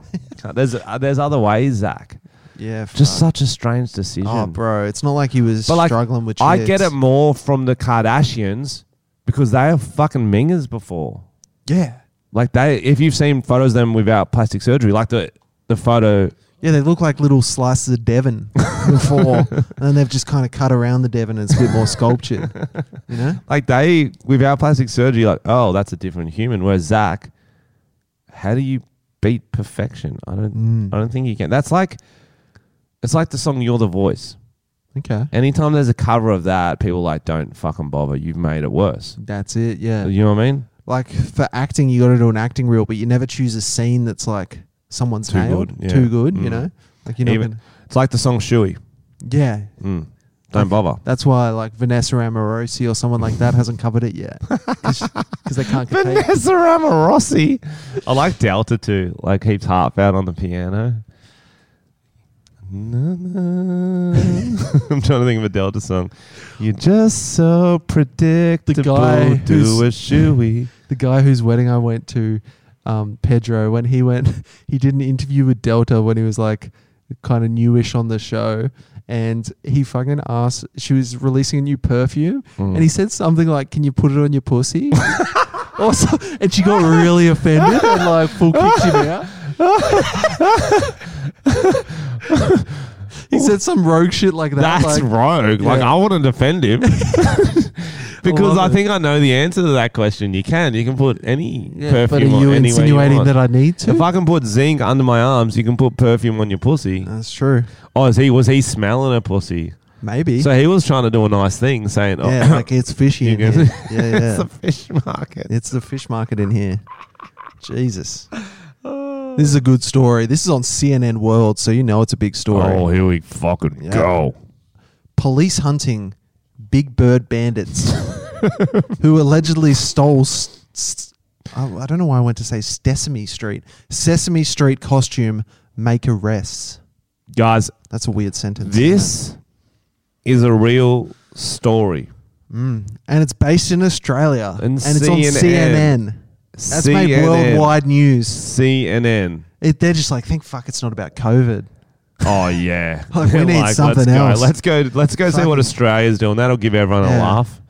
Speaker 1: there's uh, there's other ways, Zach.
Speaker 2: Yeah, fuck.
Speaker 1: Just such a strange decision.
Speaker 2: Oh, bro, it's not like he was
Speaker 1: But, like,
Speaker 2: struggling with.
Speaker 1: I get
Speaker 2: chicks.
Speaker 1: it more from the Kardashians because they have fucking mingers before.
Speaker 2: Yeah,
Speaker 1: Like they, if you've seen photos of them without plastic surgery, like the the photo,
Speaker 2: Yeah, they look like little slices
Speaker 1: [laughs]
Speaker 2: of Devon before, and then they've just kind of cut around the Devon and it's a bit more sculptured. You know?
Speaker 1: like they without plastic surgery, like oh, that's a different human. Whereas Zach, how do you beat perfection? I don't, I
Speaker 2: Mm,
Speaker 1: don't think you can. That's like, it's like the song "You're the Voice."
Speaker 2: Okay.
Speaker 1: Anytime there's a cover of that, people are like don't fucking bother. You've made it worse.
Speaker 2: That's it. Yeah.
Speaker 1: You know what I mean?
Speaker 2: Like for acting, you got to do an acting reel, but you never choose a scene that's like someone's
Speaker 1: Too
Speaker 2: nailed,
Speaker 1: good, yeah.
Speaker 2: too good. You
Speaker 1: Mm.
Speaker 2: know? Like you know.
Speaker 1: Even- It's like the song "Shuey."
Speaker 2: Yeah.
Speaker 1: Mm. Don't bother.
Speaker 2: That's why like Vanessa Amorosi or someone like that hasn't covered
Speaker 1: [laughs]
Speaker 2: it yet because they can't compete.
Speaker 1: Vanessa Amorossi. I like Delta too. Like heaps heartfelt on the piano. Na, na. [laughs] I'm trying to think of a Delta song. You're just so predictable.
Speaker 2: guy
Speaker 1: do a
Speaker 2: who's-
Speaker 1: shoey.
Speaker 2: the guy whose wedding I went to, um, Pedro, when he went, [laughs] he did an interview with Delta when he was like kind of newish on the show. And he fucking asked, she was releasing a new perfume.
Speaker 1: Mm.
Speaker 2: And he said something like, Can you put it on
Speaker 1: [laughs]
Speaker 2: your pussy? or so, and she got really offended and like full kicked him out. he said some rogue shit like that.
Speaker 1: That's
Speaker 2: like,
Speaker 1: rogue. Like
Speaker 2: yeah.
Speaker 1: I want to defend
Speaker 2: [laughs]
Speaker 1: him [laughs] because
Speaker 2: love
Speaker 1: I,
Speaker 2: it.
Speaker 1: think I know the answer to that question. You can. You can put any
Speaker 2: Yeah,
Speaker 1: perfume.
Speaker 2: but are you
Speaker 1: on anywhere you
Speaker 2: insinuating
Speaker 1: want.
Speaker 2: that I need to?
Speaker 1: If I can put zinc under my arms, you can put perfume on your pussy.
Speaker 2: That's true.
Speaker 1: Oh, is he was he smelling a pussy?
Speaker 2: Maybe.
Speaker 1: So he was trying to do a nice thing, saying, "Oh,
Speaker 2: Yeah, like it's fishy in
Speaker 1: You can-
Speaker 2: here. Yeah, yeah.
Speaker 1: [laughs] it's a fish market."
Speaker 2: it's the fish market in here. Jesus.
Speaker 1: Oh.
Speaker 2: This is a good story. This is on CNN World, so you know it's a big story.
Speaker 1: Oh, here we fucking
Speaker 2: Yeah.
Speaker 1: go.
Speaker 2: Police hunting big
Speaker 1: [laughs]
Speaker 2: bird bandits who allegedly stole. s s- I I don't know why I went to say Sesame Street. Sesame Street costume make arrests.
Speaker 1: Guys,
Speaker 2: That's a weird sentence. isn't
Speaker 1: this is a real story.
Speaker 2: it? and it's based in Australia,
Speaker 1: And
Speaker 2: it's on
Speaker 1: CNN.
Speaker 2: CNN. That's made worldwide news.
Speaker 1: CNN.
Speaker 2: It, they're just like, think fuck, it's not about COVID.
Speaker 1: Oh yeah,
Speaker 2: [laughs] Like, we need something
Speaker 1: let's
Speaker 2: else.
Speaker 1: Go. Let's go. Let's go see
Speaker 2: Fucking-
Speaker 1: what Australia's doing. That'll give everyone a
Speaker 2: Yeah.
Speaker 1: laugh.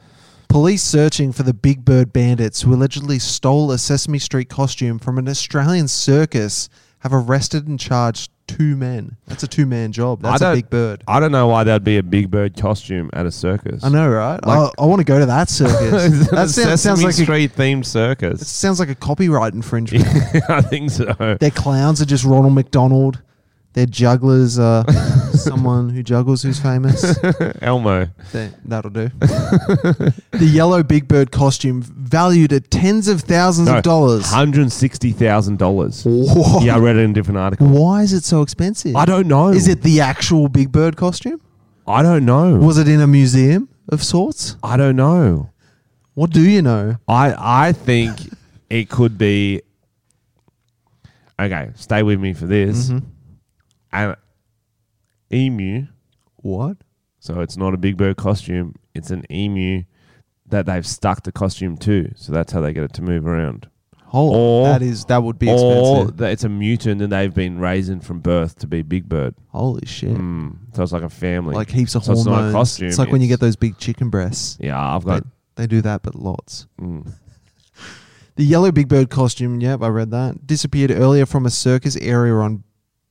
Speaker 2: Police searching for the Big Bird bandits who allegedly stole a Sesame Street costume from an Australian circus have arrested and charged two men. That's a two man job. That's
Speaker 1: I
Speaker 2: a
Speaker 1: don't- [laughs]
Speaker 2: big bird.
Speaker 1: I don't know why there'd be a big bird costume at a circus. [laughs]
Speaker 2: I know, right?
Speaker 1: Like-
Speaker 2: I, I want to go to
Speaker 1: [laughs]
Speaker 2: that circus. that
Speaker 1: that
Speaker 2: sounds, sounds like a,
Speaker 1: Street themed
Speaker 2: it
Speaker 1: circus. [laughs]
Speaker 2: sounds like a copyright infringement.
Speaker 1: I think so.
Speaker 2: Their clowns are just Ronald McDonald. Their jugglers
Speaker 1: [laughs]
Speaker 2: are someone who juggles who's famous.
Speaker 1: Elmo.
Speaker 2: Th- That'll
Speaker 1: [laughs]
Speaker 2: do. the yellow big bird costume, valued at tens of thousands
Speaker 1: No,
Speaker 2: of dollars.
Speaker 1: $160,000.
Speaker 2: Whoa.
Speaker 1: Yeah, I read it in a different article.
Speaker 2: Why is it so expensive?
Speaker 1: I don't know.
Speaker 2: Is it the actual Big Bird costume?
Speaker 1: I don't know.
Speaker 2: Was it in a museum of sorts?
Speaker 1: I don't know.
Speaker 2: What do you know?
Speaker 1: I I
Speaker 2: [laughs]
Speaker 1: think it could be. Okay, stay
Speaker 2: Mm-hmm.
Speaker 1: with me for this. An emu
Speaker 2: What?
Speaker 1: So it's not a big bird costume, it's an emu that they've stuck the costume to. So that's how they get it to move around.
Speaker 2: Oh,
Speaker 1: Or-
Speaker 2: that is that would be
Speaker 1: or
Speaker 2: expensive.
Speaker 1: that it's a mutant and they've been raised from birth to be Big Bird.
Speaker 2: Holy shit!
Speaker 1: Mm. So it's like a family.
Speaker 2: Like heaps of
Speaker 1: So it's
Speaker 2: hormones.
Speaker 1: not a costume,
Speaker 2: It's like when you
Speaker 1: it's-
Speaker 2: get those big chicken breasts.
Speaker 1: yeah, I've got.
Speaker 2: They do that, but lots.
Speaker 1: mm.
Speaker 2: [laughs] The yellow big bird costume, yep, I read that, disappeared earlier from a circus area on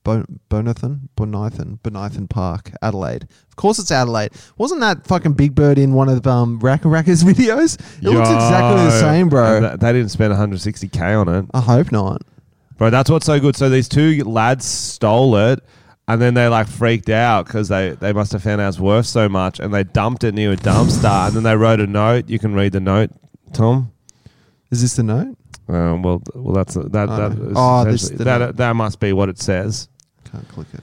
Speaker 2: Bon- Bonathan, Bonathan, Bonathan Park, Adelaide. Of course, it's Adelaide. Wasn't that fucking big bird in one of um, Racker Racker's [laughs] videos? It looks exactly the
Speaker 1: Yo.
Speaker 2: same, bro.
Speaker 1: And that- they didn't spend 160k on it.
Speaker 2: I hope not.
Speaker 1: Bro, that's what's so good. So these two lads stole it, and then they like freaked out because they they must have found out it's worth so much, and they dumped it near a dumpster, and then they wrote a note. You can read the note, Tom.
Speaker 2: Is this the note?
Speaker 1: Um, well, th- well, that's that. that
Speaker 2: Oh, no.
Speaker 1: is
Speaker 2: Oh, this is
Speaker 1: essentially-
Speaker 2: the
Speaker 1: that
Speaker 2: note.
Speaker 1: that must be what it says.
Speaker 2: Can't click it.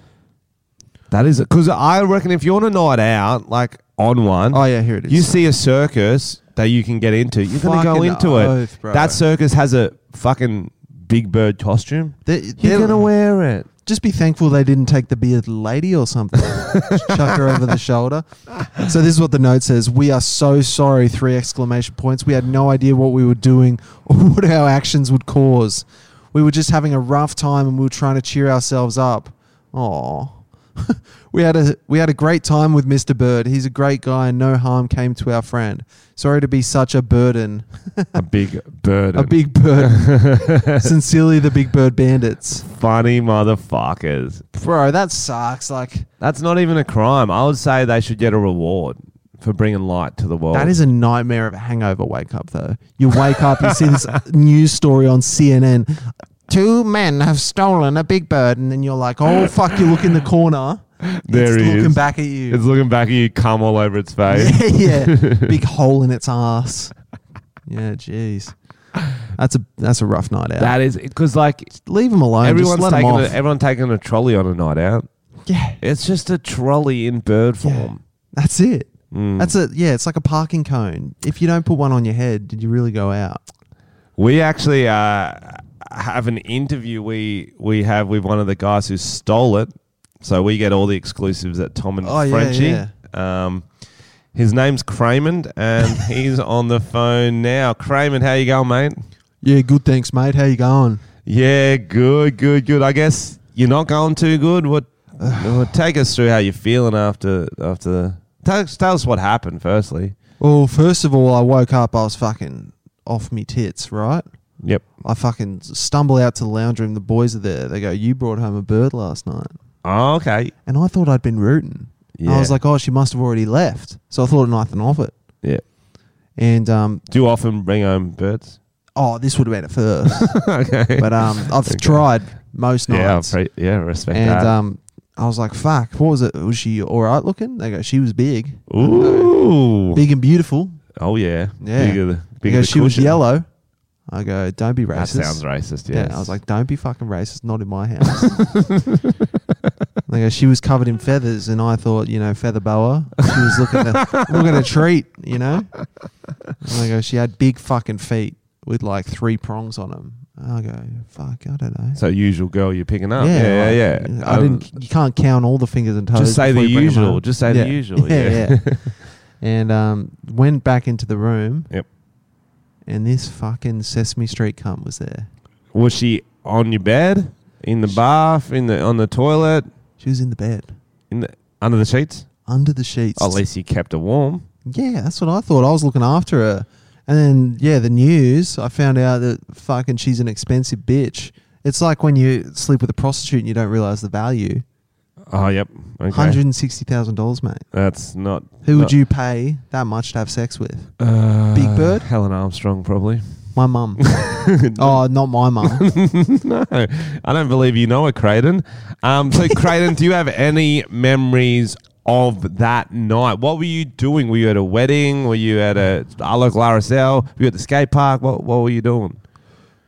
Speaker 1: That is it, because I reckon if you're on a night out, like on one,
Speaker 2: Oh yeah, here it is.
Speaker 1: you see a circus that you can get into, you're gonna go
Speaker 2: Fucking
Speaker 1: into
Speaker 2: oath,
Speaker 1: it.
Speaker 2: bro.
Speaker 1: That circus has a fucking big bird costume.
Speaker 2: They-
Speaker 1: You're
Speaker 2: they're-
Speaker 1: gonna wear it.
Speaker 2: just be thankful they didn't take the bearded lady or something. Just Chuck her over the shoulder. So this is what the note says. We are so sorry, three exclamation points. We had no idea what we were doing or [laughs] what our actions would cause. We were just having a rough time and we were trying to cheer ourselves up. Aw. [laughs] we had a we had a great time with Mr. Bird. He's a great guy and no harm came to our friend. Sorry to be such a burden. [laughs]
Speaker 1: A big bird.
Speaker 2: A big bird. Sincerely the Big Bird
Speaker 1: [laughs]
Speaker 2: Bandits.
Speaker 1: funny motherfuckers.
Speaker 2: Bro, that sucks. Like
Speaker 1: That's not even a crime. I would say they should get a reward for bringing light to the world.
Speaker 2: That is a nightmare of a hangover wake up, though. You wake up, you see
Speaker 1: [laughs]
Speaker 2: this news story on CNN. Two men have stolen a big bird, and then you're like, oh, fuck, you look in the corner.
Speaker 1: There
Speaker 2: it's
Speaker 1: he
Speaker 2: looking
Speaker 1: is.
Speaker 2: back at you.
Speaker 1: It's looking back at you, cum all over its face.
Speaker 2: [laughs]
Speaker 1: [laughs]
Speaker 2: yeah, yeah. Big hole in its ass. Yeah, jeez. That's a that's a rough night out.
Speaker 1: That is because like
Speaker 2: Leave them alone. Everyone's
Speaker 1: everyone's
Speaker 2: just let 'em
Speaker 1: taking a,
Speaker 2: off.
Speaker 1: everyone taking a trolley on a night out.
Speaker 2: yeah,
Speaker 1: It's just a trolley in bird
Speaker 2: yeah.
Speaker 1: form.
Speaker 2: That's it.
Speaker 1: Mm.
Speaker 2: That's a yeah. It's like a parking cone. If you don't put one on your head, did you really go out?
Speaker 1: We actually uh, have an interview we we have with one of the guys who stole it. So we get all the exclusives at Tom and
Speaker 2: Oh, yeah,
Speaker 1: Frenchie.
Speaker 2: yeah.
Speaker 1: Um, his name's Craymond,
Speaker 2: [laughs]
Speaker 1: and he's on the phone now. Craymond, how you going, mate?
Speaker 2: Yeah, good. Thanks, mate. How you going?
Speaker 1: Yeah, good, good, good. I guess you're not going too good. [sighs] What? well, take us through how you're feeling after after. The, tell, us- tell us what happened. Firstly,
Speaker 2: Well, first of all, I woke up. I was fucking off me tits, right?
Speaker 1: yep.
Speaker 2: I fucking stumble out to the lounge room. The boys are there. They go, "You brought home a bird last night,"
Speaker 1: Oh, okay.
Speaker 2: and I thought I'd been rooting.
Speaker 1: Yeah.
Speaker 2: I was like, "Oh, she must have already left." So I thought nothing of it.
Speaker 1: yeah.
Speaker 2: And um,
Speaker 1: Do you often bring home
Speaker 2: [laughs]
Speaker 1: birds?
Speaker 2: oh, this would have been at first,
Speaker 1: [laughs] okay.
Speaker 2: but um, I've tried most
Speaker 1: Yeah,
Speaker 2: nights.
Speaker 1: pre- yeah, respect
Speaker 2: and
Speaker 1: that.
Speaker 2: um, I was like, "Fuck, what was it? Was she all right looking?" They go, "She was big,
Speaker 1: Ooh,
Speaker 2: uh, big and beautiful."
Speaker 1: oh yeah,
Speaker 2: Yeah.
Speaker 1: Bigger, the-
Speaker 2: They
Speaker 1: bigger
Speaker 2: go,
Speaker 1: the
Speaker 2: "She was
Speaker 1: cushion."
Speaker 2: yellow." I go, "Don't be
Speaker 1: That
Speaker 2: racist."
Speaker 1: sounds racist.
Speaker 2: Yeah,
Speaker 1: Yes.
Speaker 2: I was like, don't be fucking racist, not
Speaker 1: [laughs]
Speaker 2: in my house. like uh, she was covered in feathers, and I thought, you know, feather boa. She was looking
Speaker 1: [laughs]
Speaker 2: a, looking a treat, you know. And I go, she had big fucking feet with like three prongs on them. I go, fuck, I don't know.
Speaker 1: so usual girl, you're picking up. Yeah, yeah, yeah.
Speaker 2: like, I
Speaker 1: Um,
Speaker 2: didn't. You can't count all the fingers and toes.
Speaker 1: Just say
Speaker 2: before
Speaker 1: the
Speaker 2: you bring 'em
Speaker 1: usual.
Speaker 2: home.
Speaker 1: Just say the usual. Yeah.
Speaker 2: [laughs] yeah. yeah. and um, went back into the room.
Speaker 1: Yep.
Speaker 2: And this fucking Sesame Street cunt was there.
Speaker 1: [laughs] Was she on your bed, in the bath, in the on the toilet,
Speaker 2: She was in the bed.
Speaker 1: in the under the sheets?
Speaker 2: under the sheets.
Speaker 1: At least you kept her warm.
Speaker 2: Yeah, that's what I thought. I was looking after her. And then, yeah, the news, I found out that fucking she's an expensive bitch. It's like when you sleep with a prostitute and you don't realize the value.
Speaker 1: Oh, yep. Okay.
Speaker 2: $160,000, mate.
Speaker 1: That's not.
Speaker 2: Who
Speaker 1: not-
Speaker 2: would you pay that much to have sex with?
Speaker 1: Uh,
Speaker 2: Big Bird?
Speaker 1: Helen Armstrong, probably. [laughs]
Speaker 2: My mum. oh, not my mum.
Speaker 1: no, I don't believe you know it, Creighton. Um, [laughs] so, Creighton, do you have any memories of that night? What were you doing? Were you at a wedding? Were you at a I like RSL? Were you at the skate park? What What were you doing?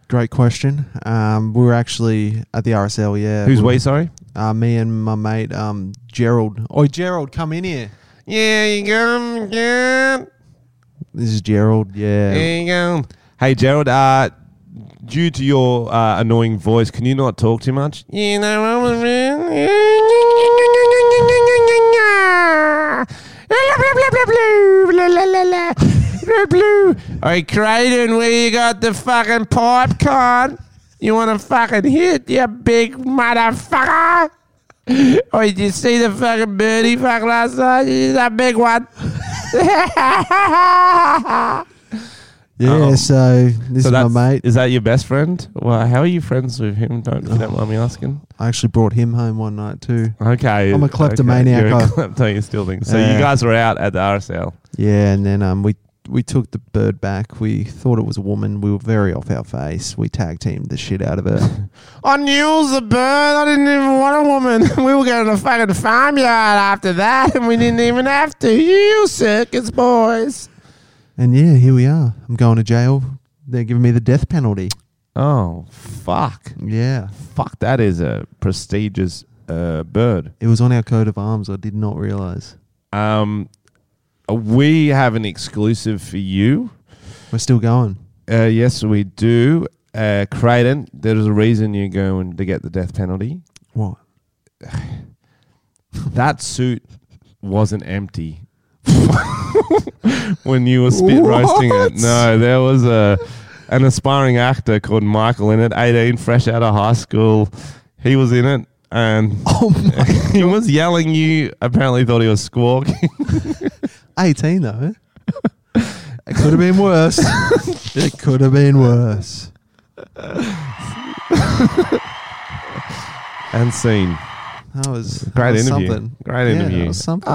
Speaker 2: Great question. Um, we were actually at the RSL, yeah.
Speaker 1: Who's
Speaker 2: We-
Speaker 1: we? Sorry.
Speaker 2: Uh, me and my mate um, Gerald. Oh, Gerald, come in here.
Speaker 1: Yeah, you go. Yeah,
Speaker 2: This is Gerald, yeah.
Speaker 1: there you go. Hey, Gerald. Uh, due to your uh, annoying voice, can you not talk too much? You know what I mean? Hey, Creighton, where you got the fucking pipe con? You want to fucking hit, you big motherfucker? Oh, did you see the fucking birdie fuck last night? She's a big one. [laughs]
Speaker 2: Yeah, so this is my
Speaker 1: that's-
Speaker 2: mate.
Speaker 1: Is that your best friend? Well, how are you friends with him? Don't, if you
Speaker 2: Oh.
Speaker 1: don't mind me asking.
Speaker 2: I actually brought him home one night too.
Speaker 1: Okay.
Speaker 2: I'm a
Speaker 1: okay,
Speaker 2: kleptomaniac,
Speaker 1: You're a [laughs]
Speaker 2: I-
Speaker 1: klepto, you still think. So
Speaker 2: Yeah.
Speaker 1: you guys were out at the RSL.
Speaker 2: Yeah, and then um, we we took the bird back. We thought it was a woman. We were very off our face. We tag teamed the shit out
Speaker 1: [laughs]
Speaker 2: of her.
Speaker 1: I knew it was a bird. I didn't even want a woman. [laughs] We were going to fucking farmyard after that, and we didn't even have to. You circus boys.
Speaker 2: and yeah, here we are. I'm going to jail. They're giving me the death penalty.
Speaker 1: Oh, fuck.
Speaker 2: Yeah,
Speaker 1: Fuck, that is a prestigious uh, bird.
Speaker 2: it was on our coat of arms. I did not realize.
Speaker 1: Um, we have an exclusive for you.
Speaker 2: We're still going.
Speaker 1: Uh, yes, we do. Uh, Creighton, there's a reason you're going to get the death penalty.
Speaker 2: What?
Speaker 1: That suit wasn't empty [laughs] when you were spit roasting it. No, there was a an aspiring actor called Michael in it, 18, fresh out of high school. He was in it, and
Speaker 2: [laughs]
Speaker 1: [laughs]
Speaker 2: Oh, my.
Speaker 1: he was yelling. You apparently thought he was squawking.
Speaker 2: 18 though. it could have
Speaker 1: [laughs]
Speaker 2: been worse. it could have been worse.
Speaker 1: [laughs] and scene.
Speaker 2: That was that
Speaker 1: Great
Speaker 2: was
Speaker 1: interview.
Speaker 2: Something.
Speaker 1: Great
Speaker 2: Yeah,
Speaker 1: interview. Ah.
Speaker 2: That was something.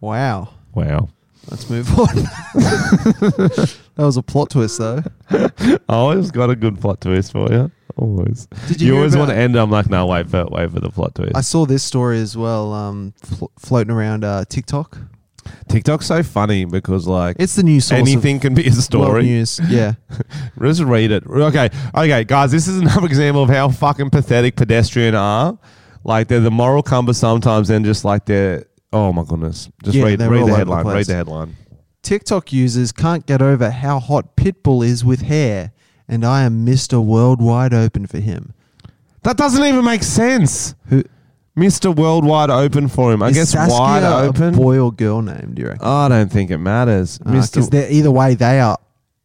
Speaker 2: Wow.
Speaker 1: Wow.
Speaker 2: Let's move [laughs] on. that was a plot twist, though.
Speaker 1: I always got a good plot twist for you. Always.
Speaker 2: Did
Speaker 1: you
Speaker 2: you hear
Speaker 1: always
Speaker 2: about-
Speaker 1: want to end. I'm like, no, wait for wait for the plot twist.
Speaker 2: I saw this story as well, um, flo floating around uh, TikTok.
Speaker 1: TikTok's so funny because like
Speaker 2: It's the new source of
Speaker 1: anything can be a
Speaker 2: world
Speaker 1: story. [laughs]
Speaker 2: news. Yeah,
Speaker 1: Just read it. Okay, okay, guys. This is another [laughs] example of how fucking pathetic pedestrian are. Like they're the moral compass sometimes, and just like they're. Oh my goodness! Just
Speaker 2: Yeah,
Speaker 1: read,
Speaker 2: they're
Speaker 1: read
Speaker 2: all
Speaker 1: the
Speaker 2: over the
Speaker 1: headline. read
Speaker 2: place.
Speaker 1: the headline.
Speaker 2: TikTok users can't get over how hot Pitbull is with hair, and I am Mister Worldwide Open for him.
Speaker 1: That doesn't even make sense.
Speaker 2: Who
Speaker 1: Mr. Worldwide open for him. I
Speaker 2: is
Speaker 1: guess
Speaker 2: Saskia
Speaker 1: wide
Speaker 2: a
Speaker 1: open. Uh,
Speaker 2: boy or girl name? Do you reckon?
Speaker 1: I don't think it matters.
Speaker 2: Because
Speaker 1: Mr.
Speaker 2: Ah, they're either way, they are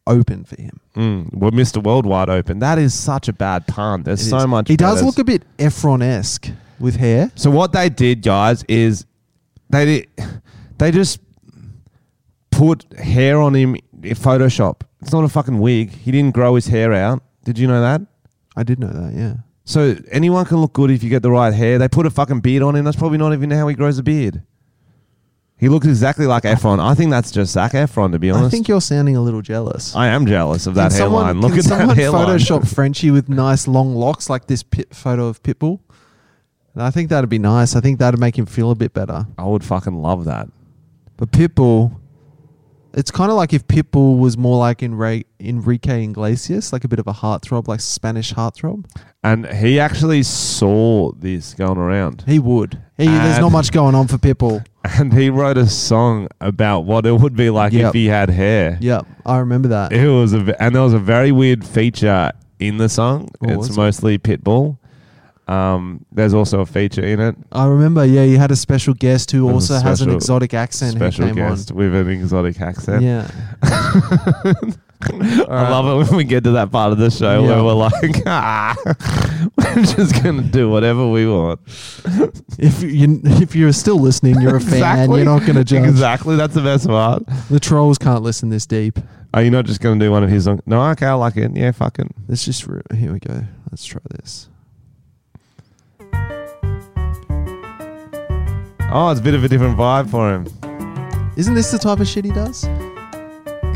Speaker 2: open for him.
Speaker 1: Mm, well, Mr. Worldwide open. That is such a bad pun. There's
Speaker 2: It
Speaker 1: so
Speaker 2: is.
Speaker 1: much.
Speaker 2: He does
Speaker 1: betters.
Speaker 2: look a bit Efron esque with hair.
Speaker 1: So what they did, guys, is they did, they just put hair on him in Photoshop. It's not a fucking wig. He didn't grow his hair out. Did you know that?
Speaker 2: I did know that. Yeah.
Speaker 1: So anyone can look good if you get the right hair. They put a fucking beard on him. That's probably not even how he grows a beard. He looks exactly like Efron. I think that's just Zac Efron, to be honest.
Speaker 2: I think you're sounding a little jealous.
Speaker 1: I am jealous of
Speaker 2: Can
Speaker 1: that
Speaker 2: someone-
Speaker 1: hairline. Look
Speaker 2: can
Speaker 1: at
Speaker 2: someone
Speaker 1: that hairline.
Speaker 2: Photoshop Frenchie with nice long locks like this pit photo of Pitbull. And I think that'd be nice. I think that'd make him feel a bit better.
Speaker 1: I would fucking love that.
Speaker 2: But Pitbull, it's kind of like if Pitbull was more like Enri- Enrique Iglesias, like a bit of a heartthrob, like Spanish heartthrob.
Speaker 1: And he actually saw this going around.
Speaker 2: He would. He, there's
Speaker 1: And-
Speaker 2: not much going on for Pitbull.
Speaker 1: And he wrote a song about what it would be like if
Speaker 2: Yep.
Speaker 1: he had hair.
Speaker 2: Yep, I remember that.
Speaker 1: It was a, v- and there was a very weird feature in the song.
Speaker 2: Oh, What was
Speaker 1: it's
Speaker 2: it?
Speaker 1: mostly Pitbull. Um, there's also a feature in it.
Speaker 2: I remember. Yeah, you had a special guest who
Speaker 1: There was
Speaker 2: also
Speaker 1: a
Speaker 2: has an
Speaker 1: special-
Speaker 2: exotic accent. who
Speaker 1: Special
Speaker 2: came
Speaker 1: guest with an exotic
Speaker 2: On.
Speaker 1: accent.
Speaker 2: Yeah.
Speaker 1: [laughs] I love it when we get to that part of the show where
Speaker 2: Yeah.
Speaker 1: we're like, [laughs] ah, we're just gonna do whatever we want.
Speaker 2: If you if you're still listening, you're a fan. You're not going to [laughs] judge.
Speaker 1: Exactly. That's the best part.
Speaker 2: The trolls can't listen this deep.
Speaker 1: Are you not just gonna do one of his songs? No, okay, I like it. Yeah, fucking.
Speaker 2: Let's just re- here we go. Let's try this.
Speaker 1: Oh, it's a bit of a different vibe for him.
Speaker 2: Isn't this the type of shit he does?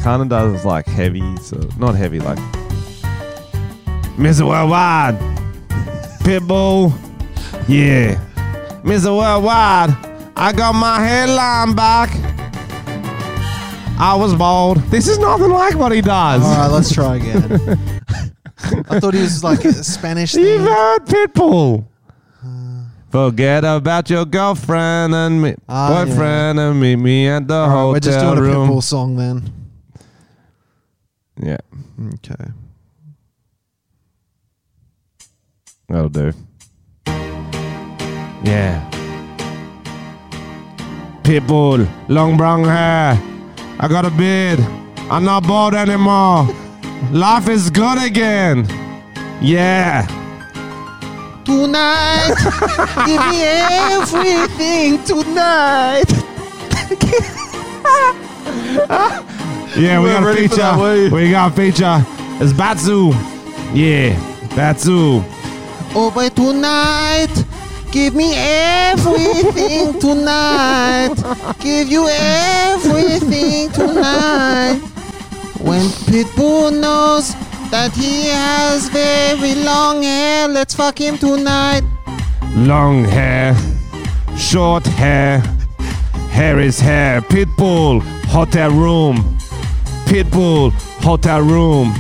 Speaker 1: kind of does like heavy, so not heavy, like Mr. Worldwide, Pitbull, yeah, Mr. Worldwide. I got my headline back. I was bald. This is nothing like what he does.
Speaker 2: All right, let's try [laughs] again. I thought he was like a Spanish
Speaker 1: You've
Speaker 2: thing.
Speaker 1: heard Pitbull. Forget about your girlfriend and me,
Speaker 2: Ah, yeah.
Speaker 1: boyfriend and meet me at the
Speaker 2: All right,
Speaker 1: hotel
Speaker 2: we're just doing a
Speaker 1: room.
Speaker 2: Pitbull song then.
Speaker 1: Yeah,
Speaker 2: Okay.
Speaker 1: that'll do. Yeah. Pitbull, long brown hair. I got a beard. I'm not bored
Speaker 2: [laughs]
Speaker 1: anymore. Life is good again. Yeah.
Speaker 2: Tonight, give me [laughs] everything tonight.
Speaker 1: Yeah, we
Speaker 2: weren't
Speaker 1: got a
Speaker 2: ready for
Speaker 1: feature.
Speaker 2: that, were you?
Speaker 1: we got a feature. It's Batsu. Yeah, Batsu.
Speaker 2: Oh, but tonight, give me [laughs] everything tonight. Give you everything tonight. When Pitbull knows that he has very long hair, let's fuck him tonight.
Speaker 1: Long hair, short hair, hair is hair. Pitbull, hotel room. Pitbull, hotel room.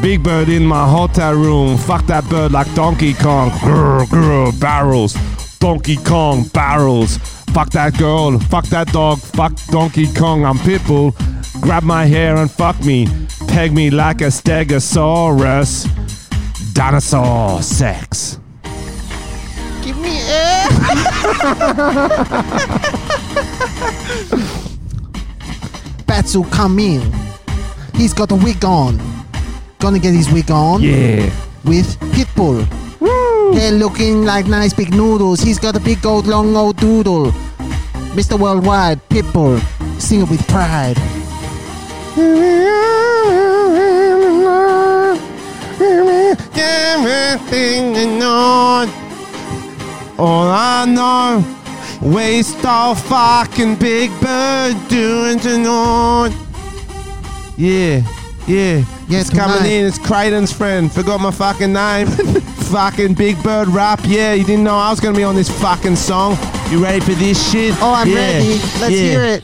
Speaker 1: Big bird in my hotel room. Fuck that bird like Donkey Kong. Grr, grr, barrels. Donkey Kong barrels. Fuck that girl. Fuck that dog. Fuck Donkey Kong. I'm Pitbull. Grab my hair and fuck me. Peg me like a stegosaurus. Dinosaur sex.
Speaker 2: Give me everything. Batsu, come in. He's got a wig on. Gonna get his wig on
Speaker 1: Yeah.
Speaker 2: with Pitbull.
Speaker 1: Woo!
Speaker 2: They're looking like nice big noodles. He's got a big old long old doodle. Mr. Worldwide, Pitbull, sing it with pride.
Speaker 1: Everything I know, all I know, waste all fucking Big Bird doing tonight. Yeah, yeah,
Speaker 2: Yeah,
Speaker 1: it's coming
Speaker 2: tonight.
Speaker 1: in. It's Creighton's friend. Forgot my fucking name. [laughs] fucking Big Bird rap. Yeah, you didn't know I was gonna be on this fucking song. You ready for this shit?
Speaker 2: Oh, I'm
Speaker 1: Yeah,
Speaker 2: ready. Let's
Speaker 1: yeah.
Speaker 2: hear it.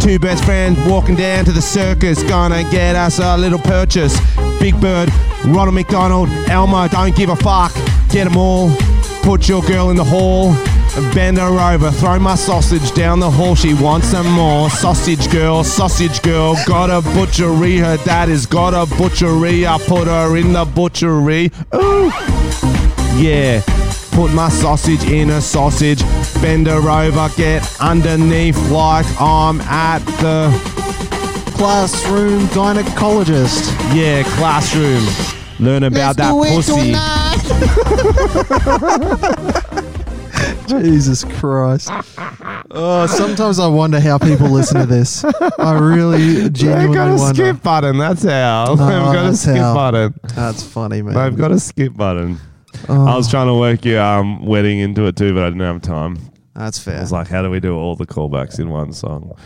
Speaker 1: Two best friends walking down to the circus, gonna get us a little purchase. Big Bird, Ronald McDonald, Elmo, don't give a fuck. Get 'em all. Put your girl in the hall. Bend her over, throw my sausage down the hall. She wants some more. Sausage girl, sausage girl, got a butchery. Her dad has got a butchery. I put her in the butchery. Ooh. Yeah. Put my sausage in a sausage, bend her over, get underneath like I'm at the
Speaker 2: Classroom gynecologist.
Speaker 1: yeah classroom. Learn about that pussy.
Speaker 2: tonight. Jesus Christ. Oh, sometimes I wonder how people listen to this. I [laughs] really
Speaker 1: We've
Speaker 2: genuinely
Speaker 1: got a
Speaker 2: wonder.
Speaker 1: skip button. That's how. We've got a
Speaker 2: Oh, that's
Speaker 1: skip
Speaker 2: how.
Speaker 1: button.
Speaker 2: That's funny, man.
Speaker 1: I've got a skip button.
Speaker 2: Oh.
Speaker 1: I was trying to work your um, wedding into it too, but I didn't have time.
Speaker 2: That's
Speaker 1: I
Speaker 2: fair.
Speaker 1: was like, how do we do all the callbacks in one song?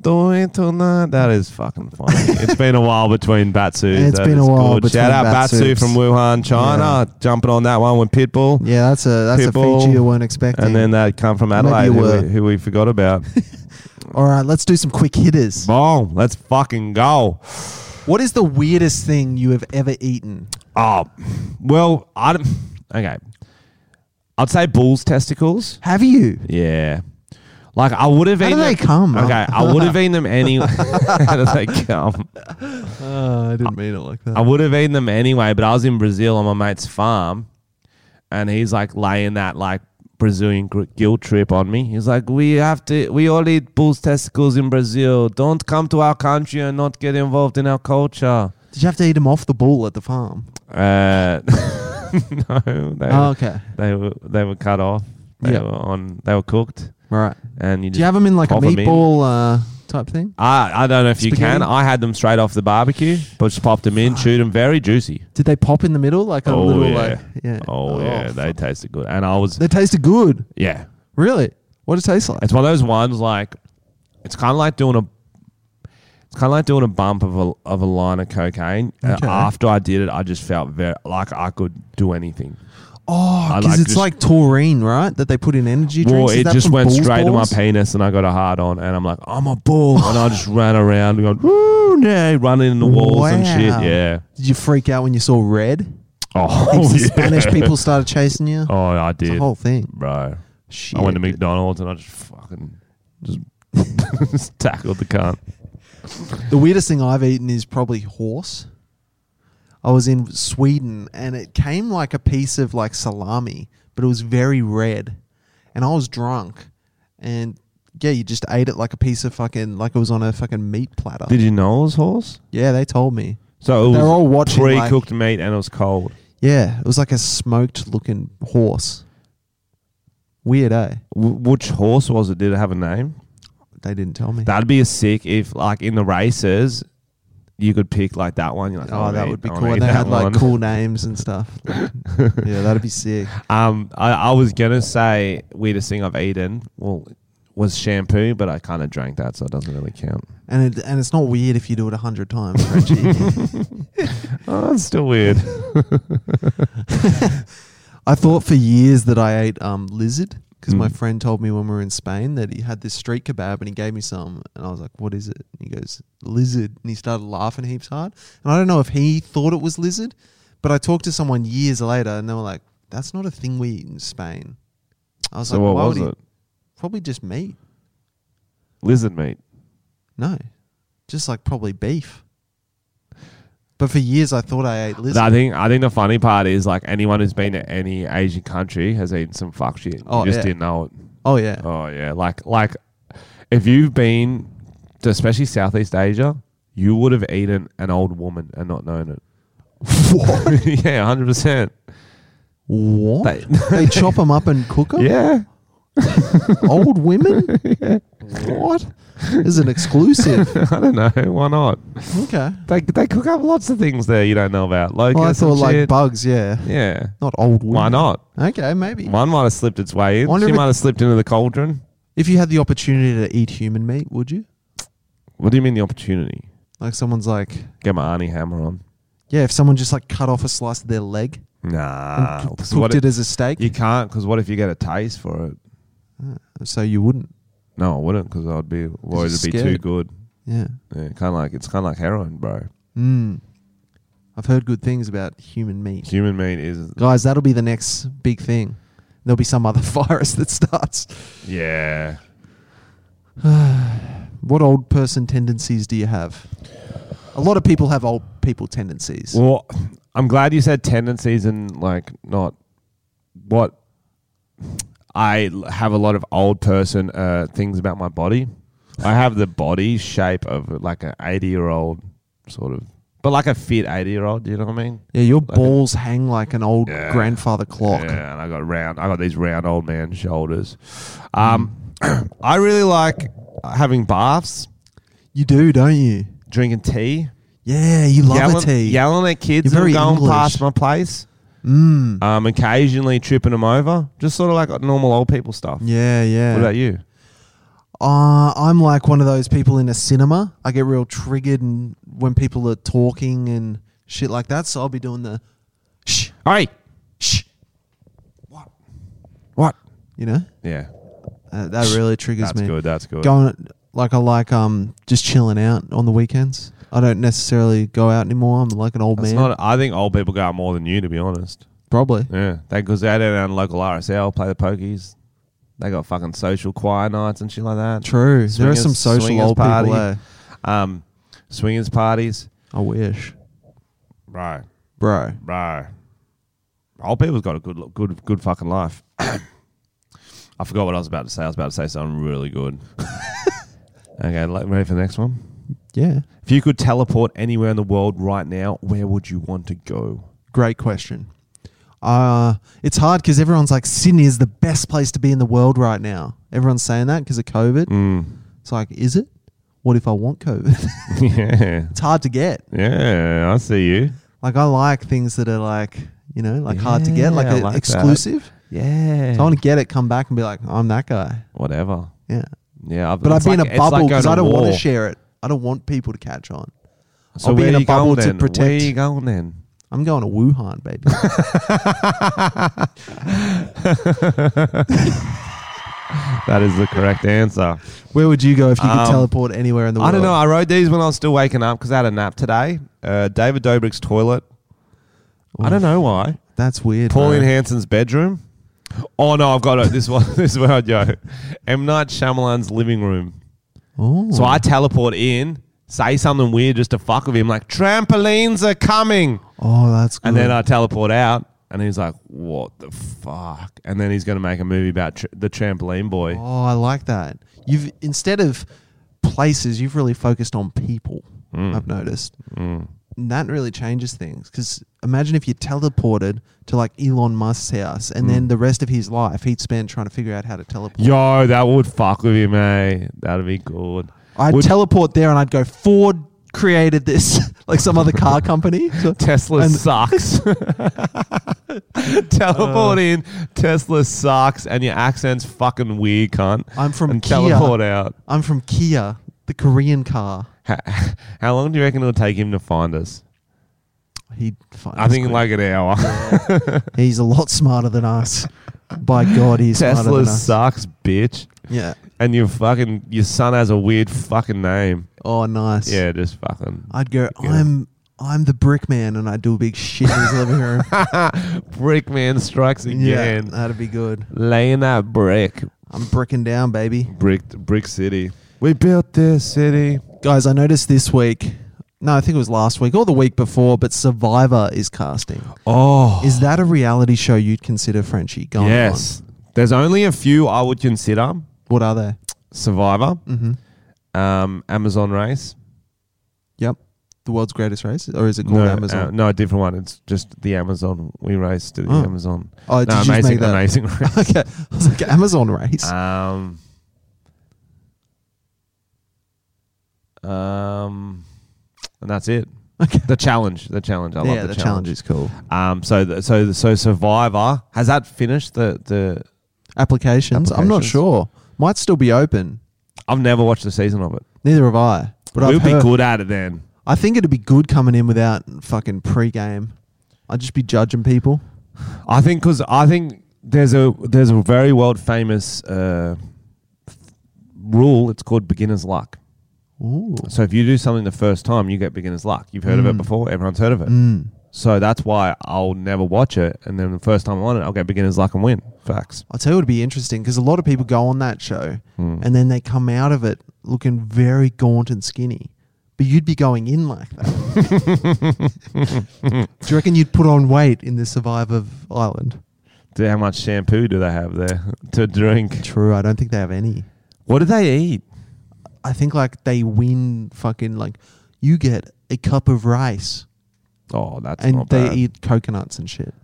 Speaker 1: Do it tonight. That is fucking funny. [laughs] it's been a while between Batsu.
Speaker 2: It's
Speaker 1: That
Speaker 2: been a
Speaker 1: is
Speaker 2: while
Speaker 1: good. Shout
Speaker 2: between
Speaker 1: out Batsu
Speaker 2: Batsus.
Speaker 1: from Wuhan, China. Jumping on that one with Pitbull.
Speaker 2: yeah, that's a that's a
Speaker 1: Pitbull,
Speaker 2: feature you weren't expecting.
Speaker 1: And then that come from
Speaker 2: Maybe
Speaker 1: Adelaide,
Speaker 2: you
Speaker 1: who
Speaker 2: were.
Speaker 1: we, who we forgot
Speaker 2: [laughs]
Speaker 1: about.
Speaker 2: All right, let's do some quick hitters.
Speaker 1: Boom. Let's fucking go.
Speaker 2: What is the weirdest thing you have ever eaten?
Speaker 1: Oh, well, I don't. Okay. I'd say bull's testicles.
Speaker 2: Have you?
Speaker 1: Yeah. Like I would have
Speaker 2: How do
Speaker 1: eaten
Speaker 2: they
Speaker 1: them-
Speaker 2: come?
Speaker 1: Okay, I would have eaten
Speaker 2: [laughs]
Speaker 1: them anyway. [laughs] How do they come?
Speaker 2: Uh, I didn't mean it like that.
Speaker 1: I would have eaten them anyway, but I was in Brazil on my mate's farm, and he's like laying that like Brazilian gr- guilt trip on me. He's like, "We have to, we all eat bull's testicles in Brazil. Don't come to our country and not get involved in our culture."
Speaker 2: Did you have to eat them off the bull at the farm?
Speaker 1: Uh, [laughs] no, they,
Speaker 2: Oh, okay.
Speaker 1: they were they were cut off. They
Speaker 2: Yeah.
Speaker 1: were on. They were cooked,
Speaker 2: All right.
Speaker 1: and you
Speaker 2: Do
Speaker 1: just
Speaker 2: you have them in like a
Speaker 1: pop 'em in.
Speaker 2: meatball uh, type thing?
Speaker 1: I, I don't know if you
Speaker 2: Spaghetti?
Speaker 1: can. I had them straight off the barbecue, but just popped them in, chewed them, very juicy.
Speaker 2: Did they pop in the middle like a
Speaker 1: Oh,
Speaker 2: little
Speaker 1: yeah.
Speaker 2: like yeah?
Speaker 1: Oh, yeah,
Speaker 2: f-
Speaker 1: they tasted good. And I was,
Speaker 2: they tasted good.
Speaker 1: yeah,
Speaker 2: Really? What does it taste like?
Speaker 1: it's one of those ones like, it's kind of like doing a, it's kind of like doing a bump of a of a line of cocaine. And
Speaker 2: Okay.
Speaker 1: after I did it, I just felt very like I could do anything.
Speaker 2: Oh,
Speaker 1: I
Speaker 2: because
Speaker 1: like
Speaker 2: it's
Speaker 1: just-
Speaker 2: like taurine, right? That they put in energy drinks.
Speaker 1: well,
Speaker 2: Is
Speaker 1: it
Speaker 2: that
Speaker 1: just
Speaker 2: from
Speaker 1: went
Speaker 2: bull's
Speaker 1: straight
Speaker 2: balls?
Speaker 1: to my penis, and I got a hard on, and I'm like, I'm a bull, and
Speaker 2: [laughs]
Speaker 1: I just ran around going, Woo, yeah, running in the walls and
Speaker 2: Wow.
Speaker 1: shit. Yeah.
Speaker 2: Did you freak out when you saw red?
Speaker 1: Oh, [laughs]
Speaker 2: [laughs] The
Speaker 1: yeah.
Speaker 2: Spanish people started chasing you.
Speaker 1: Oh, I
Speaker 2: It's
Speaker 1: did.
Speaker 2: the whole thing.
Speaker 1: bro.
Speaker 2: Shit.
Speaker 1: I went to McDonald's and I just fucking
Speaker 5: [laughs]
Speaker 1: just, just tackled the cunt.
Speaker 2: The weirdest thing I've eaten is probably horse. I was in Sweden and it came like a piece of like salami, but it was very red. And I was drunk and yeah, you just ate it like a piece of fucking like it was on a fucking meat platter.
Speaker 5: Did you know it was horse?
Speaker 2: yeah, they told me.
Speaker 5: So it
Speaker 2: They're
Speaker 5: was
Speaker 2: all watching, like-
Speaker 5: pre-cooked meat and it was cold.
Speaker 2: Yeah, it was like a smoked looking horse. Weird, eh?
Speaker 5: W- which horse was it? Did it have a name?
Speaker 2: They didn't tell me.
Speaker 5: That'd be a sick if, like, in the races, you could pick like that one. You're like,
Speaker 2: oh, that would be cool.
Speaker 5: And
Speaker 2: And they had like cool names and stuff.
Speaker 5: [laughs]
Speaker 2: yeah, that'd be sick.
Speaker 5: Um, I, I was gonna say weirdest thing I've eaten. Well, was shampoo, but I kind of drank that, so it doesn't really count.
Speaker 2: And it, and it's not weird if you do it a hundred
Speaker 5: [laughs]
Speaker 2: times, Reggie.
Speaker 5: Oh, that's still weird.
Speaker 2: I thought for years that I ate um, lizard because
Speaker 5: Hmm.
Speaker 2: my friend told me when we were in Spain that he had this street kebab and he gave me some and I was like, "What is it?" And he goes, "Lizard," and he started laughing heaps hard. And I don't know if he thought it was lizard, but I talked to someone years later and they were like, "That's not a thing we eat in Spain." I was
Speaker 5: so
Speaker 2: like,
Speaker 5: what
Speaker 2: "Why
Speaker 5: was
Speaker 2: would he-
Speaker 5: it?
Speaker 2: Probably just meat.
Speaker 5: Lizard meat.
Speaker 2: No, just like probably beef." But for years, I thought I ate lizard.
Speaker 5: I think I think the funny part is like anyone who's been to any Asian country has eaten some fuck shit.
Speaker 2: Oh,
Speaker 5: you just
Speaker 2: yeah.
Speaker 5: didn't know it.
Speaker 2: oh yeah,
Speaker 5: Oh yeah, like like if you've been to especially Southeast Asia, you would have eaten an old woman and not known it. [laughs] yeah, hundred percent.
Speaker 2: what?
Speaker 5: They- [laughs]
Speaker 2: They, chop them up and cook them.
Speaker 5: Yeah,
Speaker 2: old
Speaker 5: [laughs]
Speaker 2: women? What? Is an exclusive.
Speaker 5: I don't know why not.
Speaker 2: Okay.
Speaker 5: They they cook up lots of things there you don't know about. Like
Speaker 2: Well, Oh, I
Speaker 5: some
Speaker 2: thought like
Speaker 5: shit.
Speaker 2: bugs, yeah.
Speaker 5: yeah.
Speaker 2: Not old women.
Speaker 5: Why not?
Speaker 2: Okay, maybe.
Speaker 5: One might have slipped its way in.
Speaker 2: Wonder
Speaker 5: She
Speaker 2: if it-
Speaker 5: might have slipped into the cauldron.
Speaker 2: If you had the opportunity to eat human meat, would you?
Speaker 5: What do you mean the opportunity?
Speaker 2: Like someone's like,
Speaker 5: Get my Arnie hammer on.
Speaker 2: yeah, if someone just like cut off a slice of their leg and
Speaker 5: Nah,
Speaker 2: c-
Speaker 5: 'cause Ah, what
Speaker 2: cooked
Speaker 5: if-
Speaker 2: it as a steak,
Speaker 5: you can't because what if you get a taste for it?
Speaker 2: so you wouldn't.
Speaker 5: No, I wouldn't because I'd be worried it'd
Speaker 2: you're
Speaker 5: be too
Speaker 2: scared.
Speaker 5: good.
Speaker 2: Yeah.
Speaker 5: Yeah, kind of like it's kind of like heroin, bro.
Speaker 2: Mm. I've heard good things about human meat.
Speaker 5: Human meat is
Speaker 2: Guys, that'll be the next big thing. There'll be some other [laughs] virus that starts.
Speaker 5: yeah.
Speaker 2: What old person tendencies do you have? A lot of people have old people tendencies.
Speaker 5: Well, I'm glad you said tendencies and like not what I l- have a lot of old person uh, things about my body. I have the body shape of like an 80 year old sort of, but like a fit 80 year old. Do you know what I mean?
Speaker 2: Yeah, your
Speaker 5: Like a-
Speaker 2: balls hang like an old
Speaker 5: Yeah.
Speaker 2: grandfather clock.
Speaker 5: Yeah, and I got round. I got these round old man shoulders. Um, [clears throat] I really like having baths,
Speaker 2: You do, don't you?
Speaker 5: drinking tea,
Speaker 2: Yeah, you love
Speaker 5: yelling,
Speaker 2: a tea.
Speaker 5: yelling at kids
Speaker 2: You're
Speaker 5: who are
Speaker 2: very
Speaker 5: going
Speaker 2: English.
Speaker 5: past my place.
Speaker 2: Mm.
Speaker 5: um, occasionally tripping them over, just sort of like normal old people stuff.
Speaker 2: Yeah, yeah.
Speaker 5: What about you?
Speaker 2: Uh, I'm like one of those people in a cinema. I get real triggered and when people are talking and shit like that. So I'll be doing the shh,
Speaker 5: Hey,
Speaker 2: shh,
Speaker 5: what?
Speaker 2: you know?
Speaker 5: Yeah,
Speaker 2: Uh, that really triggers
Speaker 5: that's
Speaker 2: me.
Speaker 5: good. That's good.
Speaker 2: Going like I like um just chilling out on the weekends. I don't necessarily go out anymore. I'm like an old
Speaker 5: That's
Speaker 2: man.
Speaker 5: not. I think old people go out more than you, to be honest.
Speaker 2: Probably.
Speaker 5: Yeah, they goes out and local RSL, play the pokies. They got fucking social choir nights and shit like that.
Speaker 2: True. there are
Speaker 5: Swingers-
Speaker 2: some social
Speaker 5: swingers
Speaker 2: old
Speaker 5: party.
Speaker 2: people there.
Speaker 5: Um, swingers parties.
Speaker 2: I wish.
Speaker 5: Right,
Speaker 2: Bro.
Speaker 5: right. Old people's got a good, lo- good, good fucking life. [coughs] I forgot what I was about to say. I was about to say something really good. [laughs] okay, like, ready for the next one?
Speaker 2: Yeah.
Speaker 5: If you could teleport anywhere in the world right now, where would you want to go?
Speaker 2: Great question. Uh, it's hard because everyone's like, Sydney is the best place to be in the world right now. Everyone's saying that because of COVID.
Speaker 5: Mm.
Speaker 2: It's like, is it? What if I want COVID?
Speaker 5: [laughs]
Speaker 2: [laughs]
Speaker 5: yeah.
Speaker 2: it's hard to get.
Speaker 5: Yeah, I see you.
Speaker 2: Like, I like things that are like, you know, like hard to
Speaker 5: Yeah,
Speaker 2: get, like,
Speaker 5: I
Speaker 2: a
Speaker 5: like that.
Speaker 2: exclusive.
Speaker 5: Yeah.
Speaker 2: So I want to get it, come back and be like, I'm that guy.
Speaker 5: Whatever.
Speaker 2: Yeah.
Speaker 5: Yeah. I've,
Speaker 2: But
Speaker 5: it's
Speaker 2: I'd be
Speaker 5: like-
Speaker 2: in a
Speaker 5: it's like
Speaker 2: bubble
Speaker 5: going
Speaker 2: because I don't
Speaker 5: war.
Speaker 2: want to share it. I don't want people to catch on.
Speaker 5: So
Speaker 2: I'll be
Speaker 5: where
Speaker 2: in a
Speaker 5: you going
Speaker 2: bubble to
Speaker 5: then? Where
Speaker 2: protect-
Speaker 5: you going then?
Speaker 2: I'm going to Wuhan, baby.
Speaker 5: That is the correct answer.
Speaker 2: Where would you go if you could
Speaker 5: Um,
Speaker 2: teleport anywhere in the world?
Speaker 5: I don't know. I wrote these when I was still waking up because I had a nap today. Uh, David Dobrik's toilet. I don't know why.
Speaker 2: That's weird.
Speaker 5: Pauline
Speaker 2: bro.
Speaker 5: Hanson's bedroom. Oh no, I've got it. This one. [laughs] This is where I'd go. M Night Shyamalan's living room.
Speaker 2: Oh.
Speaker 5: So I teleport in, say something weird just to fuck with him, like trampolines are coming,
Speaker 2: oh, that's good.
Speaker 5: and then I teleport out, Mm. and he's like, "What the fuck?" And then he's going to make a movie about tr- the trampoline boy.
Speaker 2: Oh, I like that. You've instead of places, you've really focused on people.
Speaker 5: Hmm.
Speaker 2: I've noticed, and that really changes things. Because imagine if you teleported to like Elon Musk's house, and
Speaker 5: Hmm.
Speaker 2: then the rest of his life he'd spend trying to figure out how to teleport.
Speaker 5: Yo, that would fuck with him, eh? That'd be good.
Speaker 2: I'd
Speaker 5: Would
Speaker 2: teleport there, and I'd go Ford created this, [laughs] like some other car
Speaker 5: [laughs]
Speaker 2: company. So-
Speaker 5: Tesla
Speaker 2: and- [laughs]
Speaker 5: sucks.
Speaker 2: Uh.
Speaker 5: teleport in, Tesla sucks, and your accent's fucking weird, cunt.
Speaker 2: I'm from
Speaker 5: and
Speaker 2: Kia.
Speaker 5: teleport out.
Speaker 2: I'm from Kia, the Korean car.
Speaker 5: How, how long do you reckon it'll take him to find us?
Speaker 2: He'd find
Speaker 5: I
Speaker 2: us
Speaker 5: think
Speaker 2: quick.
Speaker 5: like an hour.
Speaker 2: he's a lot smarter than us. By God, he's smarter
Speaker 5: Tesla
Speaker 2: than us.
Speaker 5: sucks, bitch.
Speaker 2: Yeah.
Speaker 5: And your fucking your son has a weird fucking name.
Speaker 2: Oh, nice.
Speaker 5: Yeah, just fucking
Speaker 2: I'd go.
Speaker 5: Yeah.
Speaker 2: I'm I'm the brick man, and I'd do a big shit in his living
Speaker 5: [laughs]
Speaker 2: room.
Speaker 5: brick man strikes
Speaker 2: yeah,
Speaker 5: again.
Speaker 2: that'd be good.
Speaker 5: Laying that brick,
Speaker 2: I'm bricking down, baby.
Speaker 5: brick, brick city. We built this city.
Speaker 2: Guys, I noticed this week. No, I think it was last week or the week before, but Survivor is casting.
Speaker 5: Oh, [gasps]
Speaker 2: Is that a reality show you'd consider, Frenchie? Going
Speaker 5: yes. There's only a few I would consider:
Speaker 2: On? What are they?
Speaker 5: Survivor,
Speaker 2: Mm-hmm.
Speaker 5: um, Amazon Race.
Speaker 2: Yep. The world's greatest race, or is it called
Speaker 5: uh,
Speaker 2: Amazon?
Speaker 5: no, a different one. It's just the Amazon. We race to the
Speaker 2: Oh.
Speaker 5: Amazon.
Speaker 2: oh, did
Speaker 5: No,
Speaker 2: you just
Speaker 5: amazing,
Speaker 2: make that?
Speaker 5: [laughs] amazing race.
Speaker 2: okay, I was [laughs] like Amazon
Speaker 5: [laughs]
Speaker 2: race.
Speaker 5: Um, um, and that's it.
Speaker 2: okay.
Speaker 5: The challenge. The challenge. I
Speaker 2: yeah,
Speaker 5: love the,
Speaker 2: the
Speaker 5: challenge.
Speaker 2: is cool.
Speaker 5: Um. So the, so the, so Survivor has that finished the the.
Speaker 2: Applications? I'm not
Speaker 5: Applications.
Speaker 2: sure. Might still be open.
Speaker 5: I've never watched a season of it.
Speaker 2: Neither have I. But
Speaker 5: we'll
Speaker 2: I've
Speaker 5: be
Speaker 2: heard-
Speaker 5: good at it then.
Speaker 2: I think it'd be good coming in without fucking pregame. I'd just be judging people.
Speaker 5: I think because I think there's a there's a very world famous uh, rule. It's called beginner's luck.
Speaker 2: Ooh.
Speaker 5: So if you do something the first time, you get beginner's luck. You've heard of it
Speaker 2: Mm.
Speaker 5: before. Everyone's heard of it.
Speaker 2: Mm.
Speaker 5: So that's why I'll never watch it. And then the first time I'm on it, I'll get beginner's luck and win. Facts.
Speaker 2: I'll tell you, it'd be interesting because a lot of people go on that show
Speaker 5: Mm.
Speaker 2: and then they come out of it looking very gaunt and skinny. But you'd be going in like that.
Speaker 5: [laughs]
Speaker 2: Do you reckon you'd put on weight in the Survivor Island?
Speaker 5: Do- How much shampoo do they have there [laughs] to drink?
Speaker 2: True. I don't think they have any.
Speaker 5: What do they eat?
Speaker 2: I think like they win fucking like you get a cup of rice
Speaker 5: Oh, that's
Speaker 2: and
Speaker 5: not
Speaker 2: they
Speaker 5: bad.
Speaker 2: eat coconuts and shit.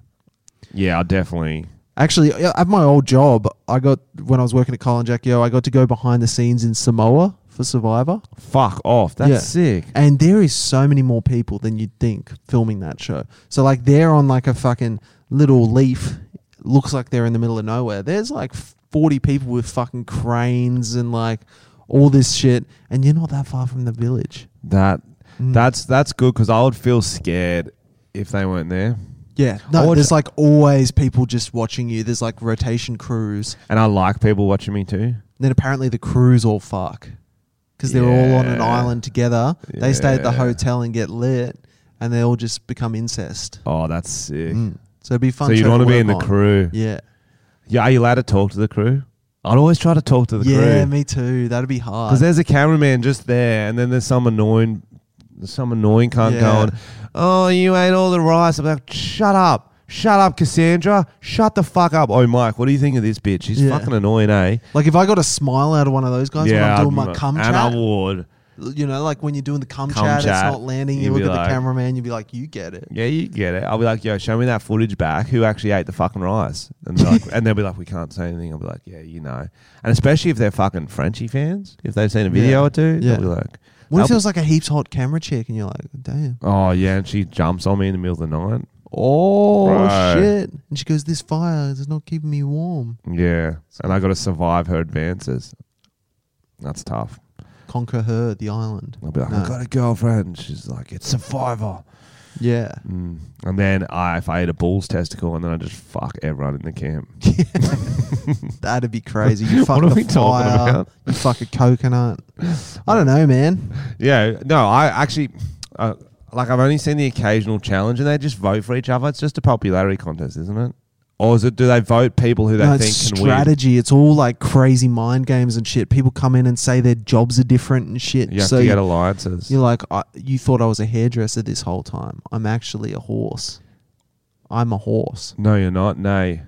Speaker 5: Yeah, I definitely.
Speaker 2: Actually, yeah, at my old job, I got when I was working at Colin Jack Yo, I got to go behind the scenes in Samoa for Survivor,
Speaker 5: Fuck off. That's
Speaker 2: Yeah.
Speaker 5: sick.
Speaker 2: and there is so many more people than you'd think filming that show. So like they're on like a fucking little leaf, looks like they're in the middle of nowhere. There's like forty people with fucking cranes and like all this shit, and you're not that far from the village.
Speaker 5: That
Speaker 2: Mm.
Speaker 5: that's that's good because I would feel scared if they weren't there.
Speaker 2: Yeah,
Speaker 5: I
Speaker 2: no,
Speaker 5: watch-
Speaker 2: there's like always people just watching you. There's like rotation crews.
Speaker 5: And I like people watching me too.
Speaker 2: then apparently the crews all fuck because they're all on an
Speaker 5: Yeah.
Speaker 2: island together. They stay at the
Speaker 5: Yeah.
Speaker 2: hotel and get lit, and they all just become incest.
Speaker 5: Oh, that's sick.
Speaker 2: Mm. So it'd be fun.
Speaker 5: So you'd
Speaker 2: want to
Speaker 5: be in the
Speaker 2: work on.
Speaker 5: crew.
Speaker 2: Yeah,
Speaker 5: Yeah, are you allowed to talk to the crew? I'd always try to talk to the crew.
Speaker 2: yeah, me too. That'd be hard.
Speaker 5: Because there's a cameraman just there, and then there's some annoying, there's some annoying cunt
Speaker 2: Yeah.
Speaker 5: going, "Oh, you ate all the rice." I'm like, "Shut up, shut up, Cassandra, shut the fuck up." Oh, Mike, what do you think of this bitch? She's
Speaker 2: Yeah.
Speaker 5: fucking annoying, eh?
Speaker 2: like if I got a smile out of one of those guys when I'm doing my
Speaker 5: I'd-
Speaker 2: cum
Speaker 5: and I
Speaker 2: chat,
Speaker 5: would.
Speaker 2: you know, like when you're doing the cum,
Speaker 5: Cum
Speaker 2: chat,
Speaker 5: chat,
Speaker 2: it's not landing. You
Speaker 5: you'd
Speaker 2: look
Speaker 5: be
Speaker 2: at
Speaker 5: like-
Speaker 2: the cameraman, you'd be like, "You get it."
Speaker 5: Yeah, you get it. I'll be like, "Yo, show me that footage back. Who actually ate the fucking rice?" And they're like, [laughs] and they'll be like, "We can't say anything." I'll be like, "Yeah, you know." And especially if they're fucking Frenchie fans, if they've seen a video
Speaker 2: Yeah.
Speaker 5: or two,
Speaker 2: Yeah.
Speaker 5: they'll be like,
Speaker 2: What if
Speaker 5: I'll-
Speaker 2: it was like a heaps hot camera chick, and you're like, "Damn."
Speaker 5: "Oh yeah," and she jumps on me in the middle of the night.
Speaker 2: Oh
Speaker 5: Right.
Speaker 2: shit! And she goes, "This fire is not keeping me warm."
Speaker 5: Yeah, and I got to survive her advances. That's tough.
Speaker 2: Conquer her, the island.
Speaker 5: I'll be like,
Speaker 2: No.
Speaker 5: I got a girlfriend. She's like, it's Survivor.
Speaker 2: Yeah. [laughs]
Speaker 5: Mm. And then I, if I eat a bull's testicle, and then I just fuck everyone in the camp.
Speaker 2: That'd be crazy. You fuck
Speaker 5: [laughs] What are
Speaker 2: a
Speaker 5: we talking
Speaker 2: fire,
Speaker 5: about?
Speaker 2: You fuck a coconut. I don't know, man.
Speaker 5: Yeah, no, I actually, uh, like, I've only seen the occasional challenge, and they just vote for each other. It's just a popularity contest, isn't it? Or is it? Do they vote people who they
Speaker 2: No, it's
Speaker 5: think can win?
Speaker 2: strategy. It's all like crazy mind games and shit. People come in and say their jobs are different and shit.
Speaker 5: You have
Speaker 2: so
Speaker 5: to get
Speaker 2: you-
Speaker 5: alliances.
Speaker 2: you're like, I, you thought I was a hairdresser this whole time. I'm actually a horse. I'm a horse.
Speaker 5: No, you're not. Nay.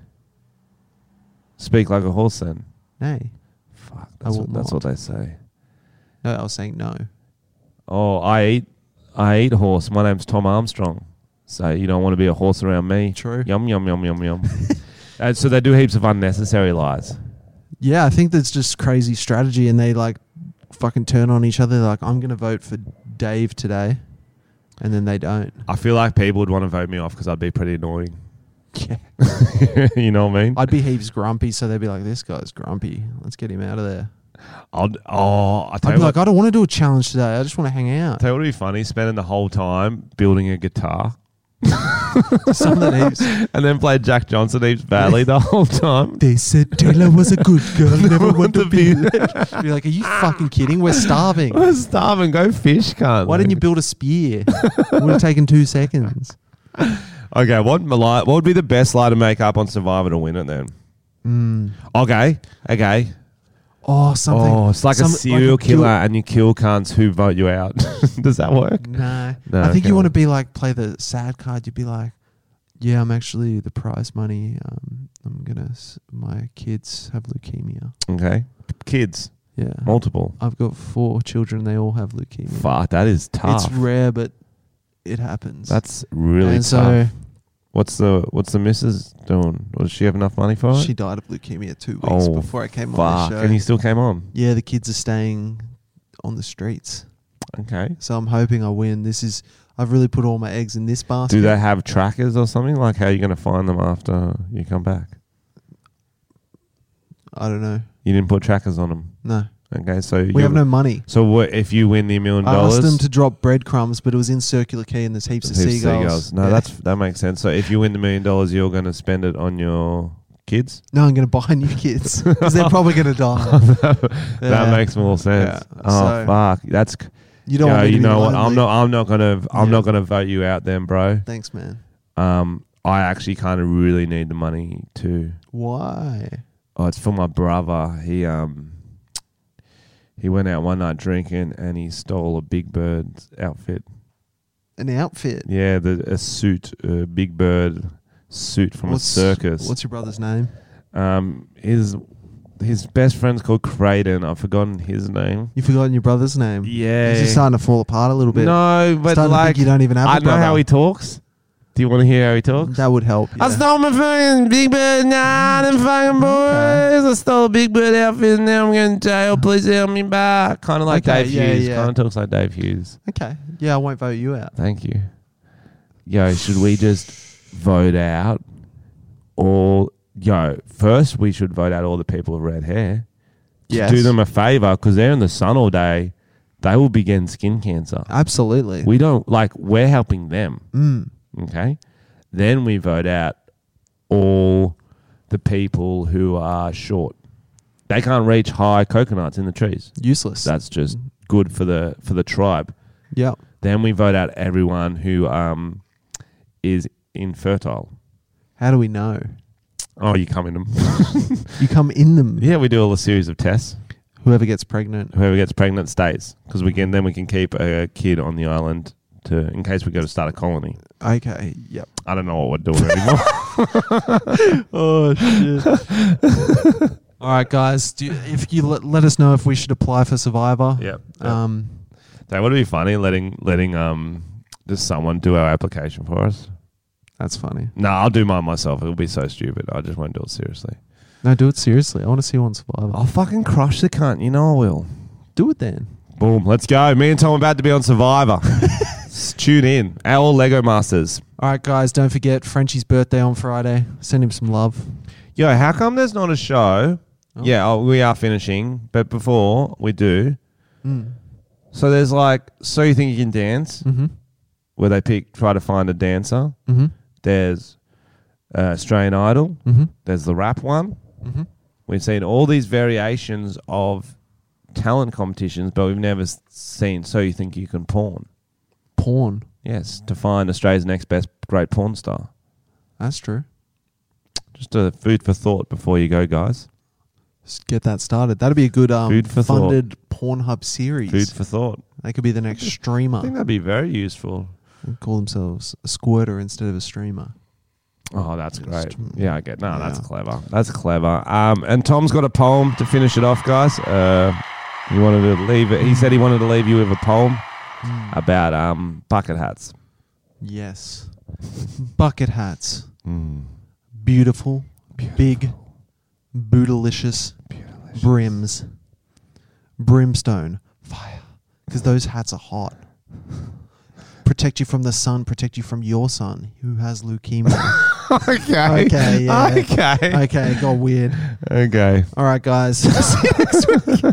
Speaker 5: Speak like a horse then.
Speaker 2: Nay.
Speaker 5: Fuck.
Speaker 2: I
Speaker 5: That's,
Speaker 2: will
Speaker 5: what, that's
Speaker 2: not.
Speaker 5: what they say.
Speaker 2: No, I was saying no.
Speaker 5: Oh, I eat I eat horse. My name's Tom Armstrong. So you don't want to be a horse around me.
Speaker 2: True.
Speaker 5: Yum yum yum yum [laughs] yum. uh, so they do heaps of unnecessary lies.
Speaker 2: Yeah, I think that's just crazy strategy, and they like fucking turn on each other. Like, I'm gonna vote for Dave today, and then they
Speaker 5: [laughs]
Speaker 2: don't.
Speaker 5: I feel like people would want to vote me off because I'd be pretty annoying.
Speaker 2: Yeah,
Speaker 5: [laughs] you know what I mean?
Speaker 2: I'd be heaps grumpy, so they'd be like, "This guy's grumpy. Let's get him out of there."
Speaker 5: I'd, oh, I tell
Speaker 2: I'd
Speaker 5: you
Speaker 2: be
Speaker 5: what,
Speaker 2: like, "I don't want to do a challenge today. I just want to hang out."
Speaker 5: tell you what would be funny, spending the whole time building a guitar [laughs]
Speaker 2: Something heaps.
Speaker 5: and then play Jack Johnson Eats
Speaker 2: [laughs]
Speaker 5: Valley the whole time.
Speaker 2: They said Taylor was a good
Speaker 5: [laughs]
Speaker 2: girl. never want to be. [laughs] left." be like, "Are you fucking kidding? We're starving.
Speaker 5: [laughs] We're starving. Go fish, cunt.
Speaker 2: Why didn't you build a spear? it would have taken two seconds."
Speaker 5: [laughs] Okay, what lie, what would be the best lie to make up on Survivor to win it then? Okay, okay.
Speaker 2: Mm. Oh, something.
Speaker 5: Oh, it's like
Speaker 2: some-
Speaker 5: a serial
Speaker 2: like a guilt-
Speaker 5: killer, and you kill cunts who vote you out. [laughs] Does that work?
Speaker 2: No.
Speaker 5: No,
Speaker 2: I think
Speaker 5: okay.
Speaker 2: you want to be like play the sad card. You'd be like, yeah, I'm actually the prize money. Um, I'm gonna. s- My kids have leukemia.
Speaker 5: Okay, kids,
Speaker 2: Yeah.
Speaker 5: multiple.
Speaker 2: I've got four children. They all have leukemia.
Speaker 5: Fuck, that is tough.
Speaker 2: It's rare, but it happens.
Speaker 5: That's really
Speaker 2: and
Speaker 5: tough.
Speaker 2: so
Speaker 5: what's the what's the missus doing? Does she have enough money for it?
Speaker 2: she died of leukemia two weeks
Speaker 5: Oh,
Speaker 2: before I came on
Speaker 5: Fuck,
Speaker 2: the show.
Speaker 5: and you still came on.
Speaker 2: yeah, the kids are staying on the streets,
Speaker 5: Okay.
Speaker 2: so I'm hoping I win. This is. I've really put all my eggs in this basket.
Speaker 5: Do they have trackers or something? Like, how are you going to find them after you come back?
Speaker 2: I don't know.
Speaker 5: You didn't put trackers on them.
Speaker 2: No,
Speaker 5: Okay, so
Speaker 2: we
Speaker 5: you-
Speaker 2: have no money.
Speaker 5: So what if you win the million
Speaker 2: I
Speaker 5: dollars?
Speaker 2: asked them to drop breadcrumbs, but it was in circular key and there's heaps,
Speaker 5: Heaps
Speaker 2: of
Speaker 5: of
Speaker 2: seagulls.
Speaker 5: No,
Speaker 2: Yeah.
Speaker 5: that's that makes sense. So if you win the million dollars, you're going to spend it on your
Speaker 2: [laughs]
Speaker 5: kids. Oh,
Speaker 2: no. I'm going to buy new kids because
Speaker 5: [laughs]
Speaker 2: they're probably going to die.
Speaker 5: That
Speaker 2: Yeah.
Speaker 5: makes more sense.
Speaker 2: Yeah.
Speaker 5: Oh
Speaker 2: So-
Speaker 5: fuck, that's c-
Speaker 2: You don't
Speaker 5: yeah,
Speaker 2: want me
Speaker 5: you
Speaker 2: to
Speaker 5: know
Speaker 2: be
Speaker 5: what? I'm
Speaker 2: lonely.
Speaker 5: not. I'm not gonna. I'm
Speaker 2: Yeah.
Speaker 5: not gonna vote you out, then, bro.
Speaker 2: Thanks, man.
Speaker 5: Um, I actually kind of really need the money too.
Speaker 2: Why?
Speaker 5: Oh, it's for my brother. He um. He went out one night drinking and he stole a Big Bird's outfit.
Speaker 2: An outfit.
Speaker 5: Yeah, the a suit, a Big Bird suit from
Speaker 2: What's-
Speaker 5: a circus.
Speaker 2: What's your brother's name?
Speaker 5: Um, his his best friend's called Creighton. I've forgotten his name.
Speaker 2: You've forgotten your brother's name.
Speaker 5: Yeah.
Speaker 2: Is he starting to fall apart a little bit?
Speaker 5: no, but
Speaker 2: starting to
Speaker 5: like
Speaker 2: think you don't even have a
Speaker 5: I know
Speaker 2: brother.
Speaker 5: how he talks. Do you want to hear how he talks?
Speaker 2: That would help.
Speaker 5: I
Speaker 2: yeah.
Speaker 5: stole my fucking Big Bird nine and fucking boys. I stole a Big Bird outfit and now I'm going to jail. Please help me back. Kind of Uh-huh. like
Speaker 2: Okay,
Speaker 5: Dave
Speaker 2: yeah,
Speaker 5: Hughes.
Speaker 2: yeah.
Speaker 5: Kind of talks like Dave Hughes.
Speaker 2: okay. Yeah, I won't vote you out.
Speaker 5: Thank you. Yo, should we just vote out all? Yo, first we should vote out all the people with red hair.
Speaker 2: Yes.
Speaker 5: do them a favor because they're in the sun all day. They will be getting skin cancer.
Speaker 2: Absolutely.
Speaker 5: We don't like we're helping them.
Speaker 2: Mm.
Speaker 5: Okay, then we vote out all the people who are short. They can't reach high coconuts in the trees.
Speaker 2: Useless.
Speaker 5: That's just good for the for the tribe.
Speaker 2: yeah.
Speaker 5: Then we vote out everyone who um is infertile.
Speaker 2: How do we know?
Speaker 5: Oh, you come in them.
Speaker 2: You come in them.
Speaker 5: [laughs] yeah, we do all a series of tests.
Speaker 2: Whoever gets pregnant.
Speaker 5: whoever gets pregnant stays because we can then we can keep a kid on the island to in case we go to start a colony.
Speaker 2: Okay. Yep.
Speaker 5: I don't know what we're doing anymore.
Speaker 2: Oh shit! All right, guys. Do you, if you let, let us know if we should apply for Survivor.
Speaker 5: yep.
Speaker 2: Um,
Speaker 5: that would be funny letting letting um just someone do our application for us.
Speaker 2: that's funny.
Speaker 5: No, I'll do mine myself. It'll be so stupid. I just won't do it seriously.
Speaker 2: No, do it seriously. I want to see you on Survivor.
Speaker 5: I'll fucking crush the cunt. You know I will.
Speaker 2: do it then.
Speaker 5: Boom. Let's go. Me and Tom are about to be on [laughs] Survivor. S- Tune in. Our Lego Masters.
Speaker 2: All right, guys. Don't forget Frenchie's birthday on Friday. Send him some love.
Speaker 5: Yo, how come there's not a show? Yeah, oh, we are finishing, but before we do, Hmm. so there's like, so you think you can dance,
Speaker 2: Mm-hmm.
Speaker 5: where they pick, try to find a dancer.
Speaker 2: Mm-hmm.
Speaker 5: There's uh, Australian Idol.
Speaker 2: Mm-hmm.
Speaker 5: There's the rap one.
Speaker 2: Mm-hmm.
Speaker 5: We've seen all these variations of talent competitions, but we've never s- seen so you think you can porn.
Speaker 2: Porn.
Speaker 5: Yes, to find Australia's next best great porn star.
Speaker 2: That's true.
Speaker 5: Just a food for thought before you go, guys.
Speaker 2: Let's get that started. That'd be a good um,
Speaker 5: Food for thought.
Speaker 2: funded Pornhub series.
Speaker 5: Food for thought.
Speaker 2: They could be the next
Speaker 5: I think
Speaker 2: streamer.
Speaker 5: that'd be very useful.
Speaker 2: and call themselves a squirter instead of a streamer.
Speaker 5: Oh, that's great.
Speaker 2: Just-
Speaker 5: Yeah, I get. No, that's
Speaker 2: Yeah.
Speaker 5: clever. That's clever. Um, and Tom's got a poem to finish it off, guys. Uh, he wanted to leave it. He said he wanted to leave you with a poem about um bucket hats.
Speaker 2: Yes. Bucket hats.
Speaker 5: Hmm.
Speaker 2: Beautiful, big, bootalicious brims. Brimstone. Fire. Because those hats are hot. Protect you from the sun, protect you from your son who has leukemia.
Speaker 5: [laughs] okay.
Speaker 2: Okay, yeah.
Speaker 5: [laughs] Okay.
Speaker 2: okay, it got weird.
Speaker 5: Okay.
Speaker 2: All right, guys. See you next week.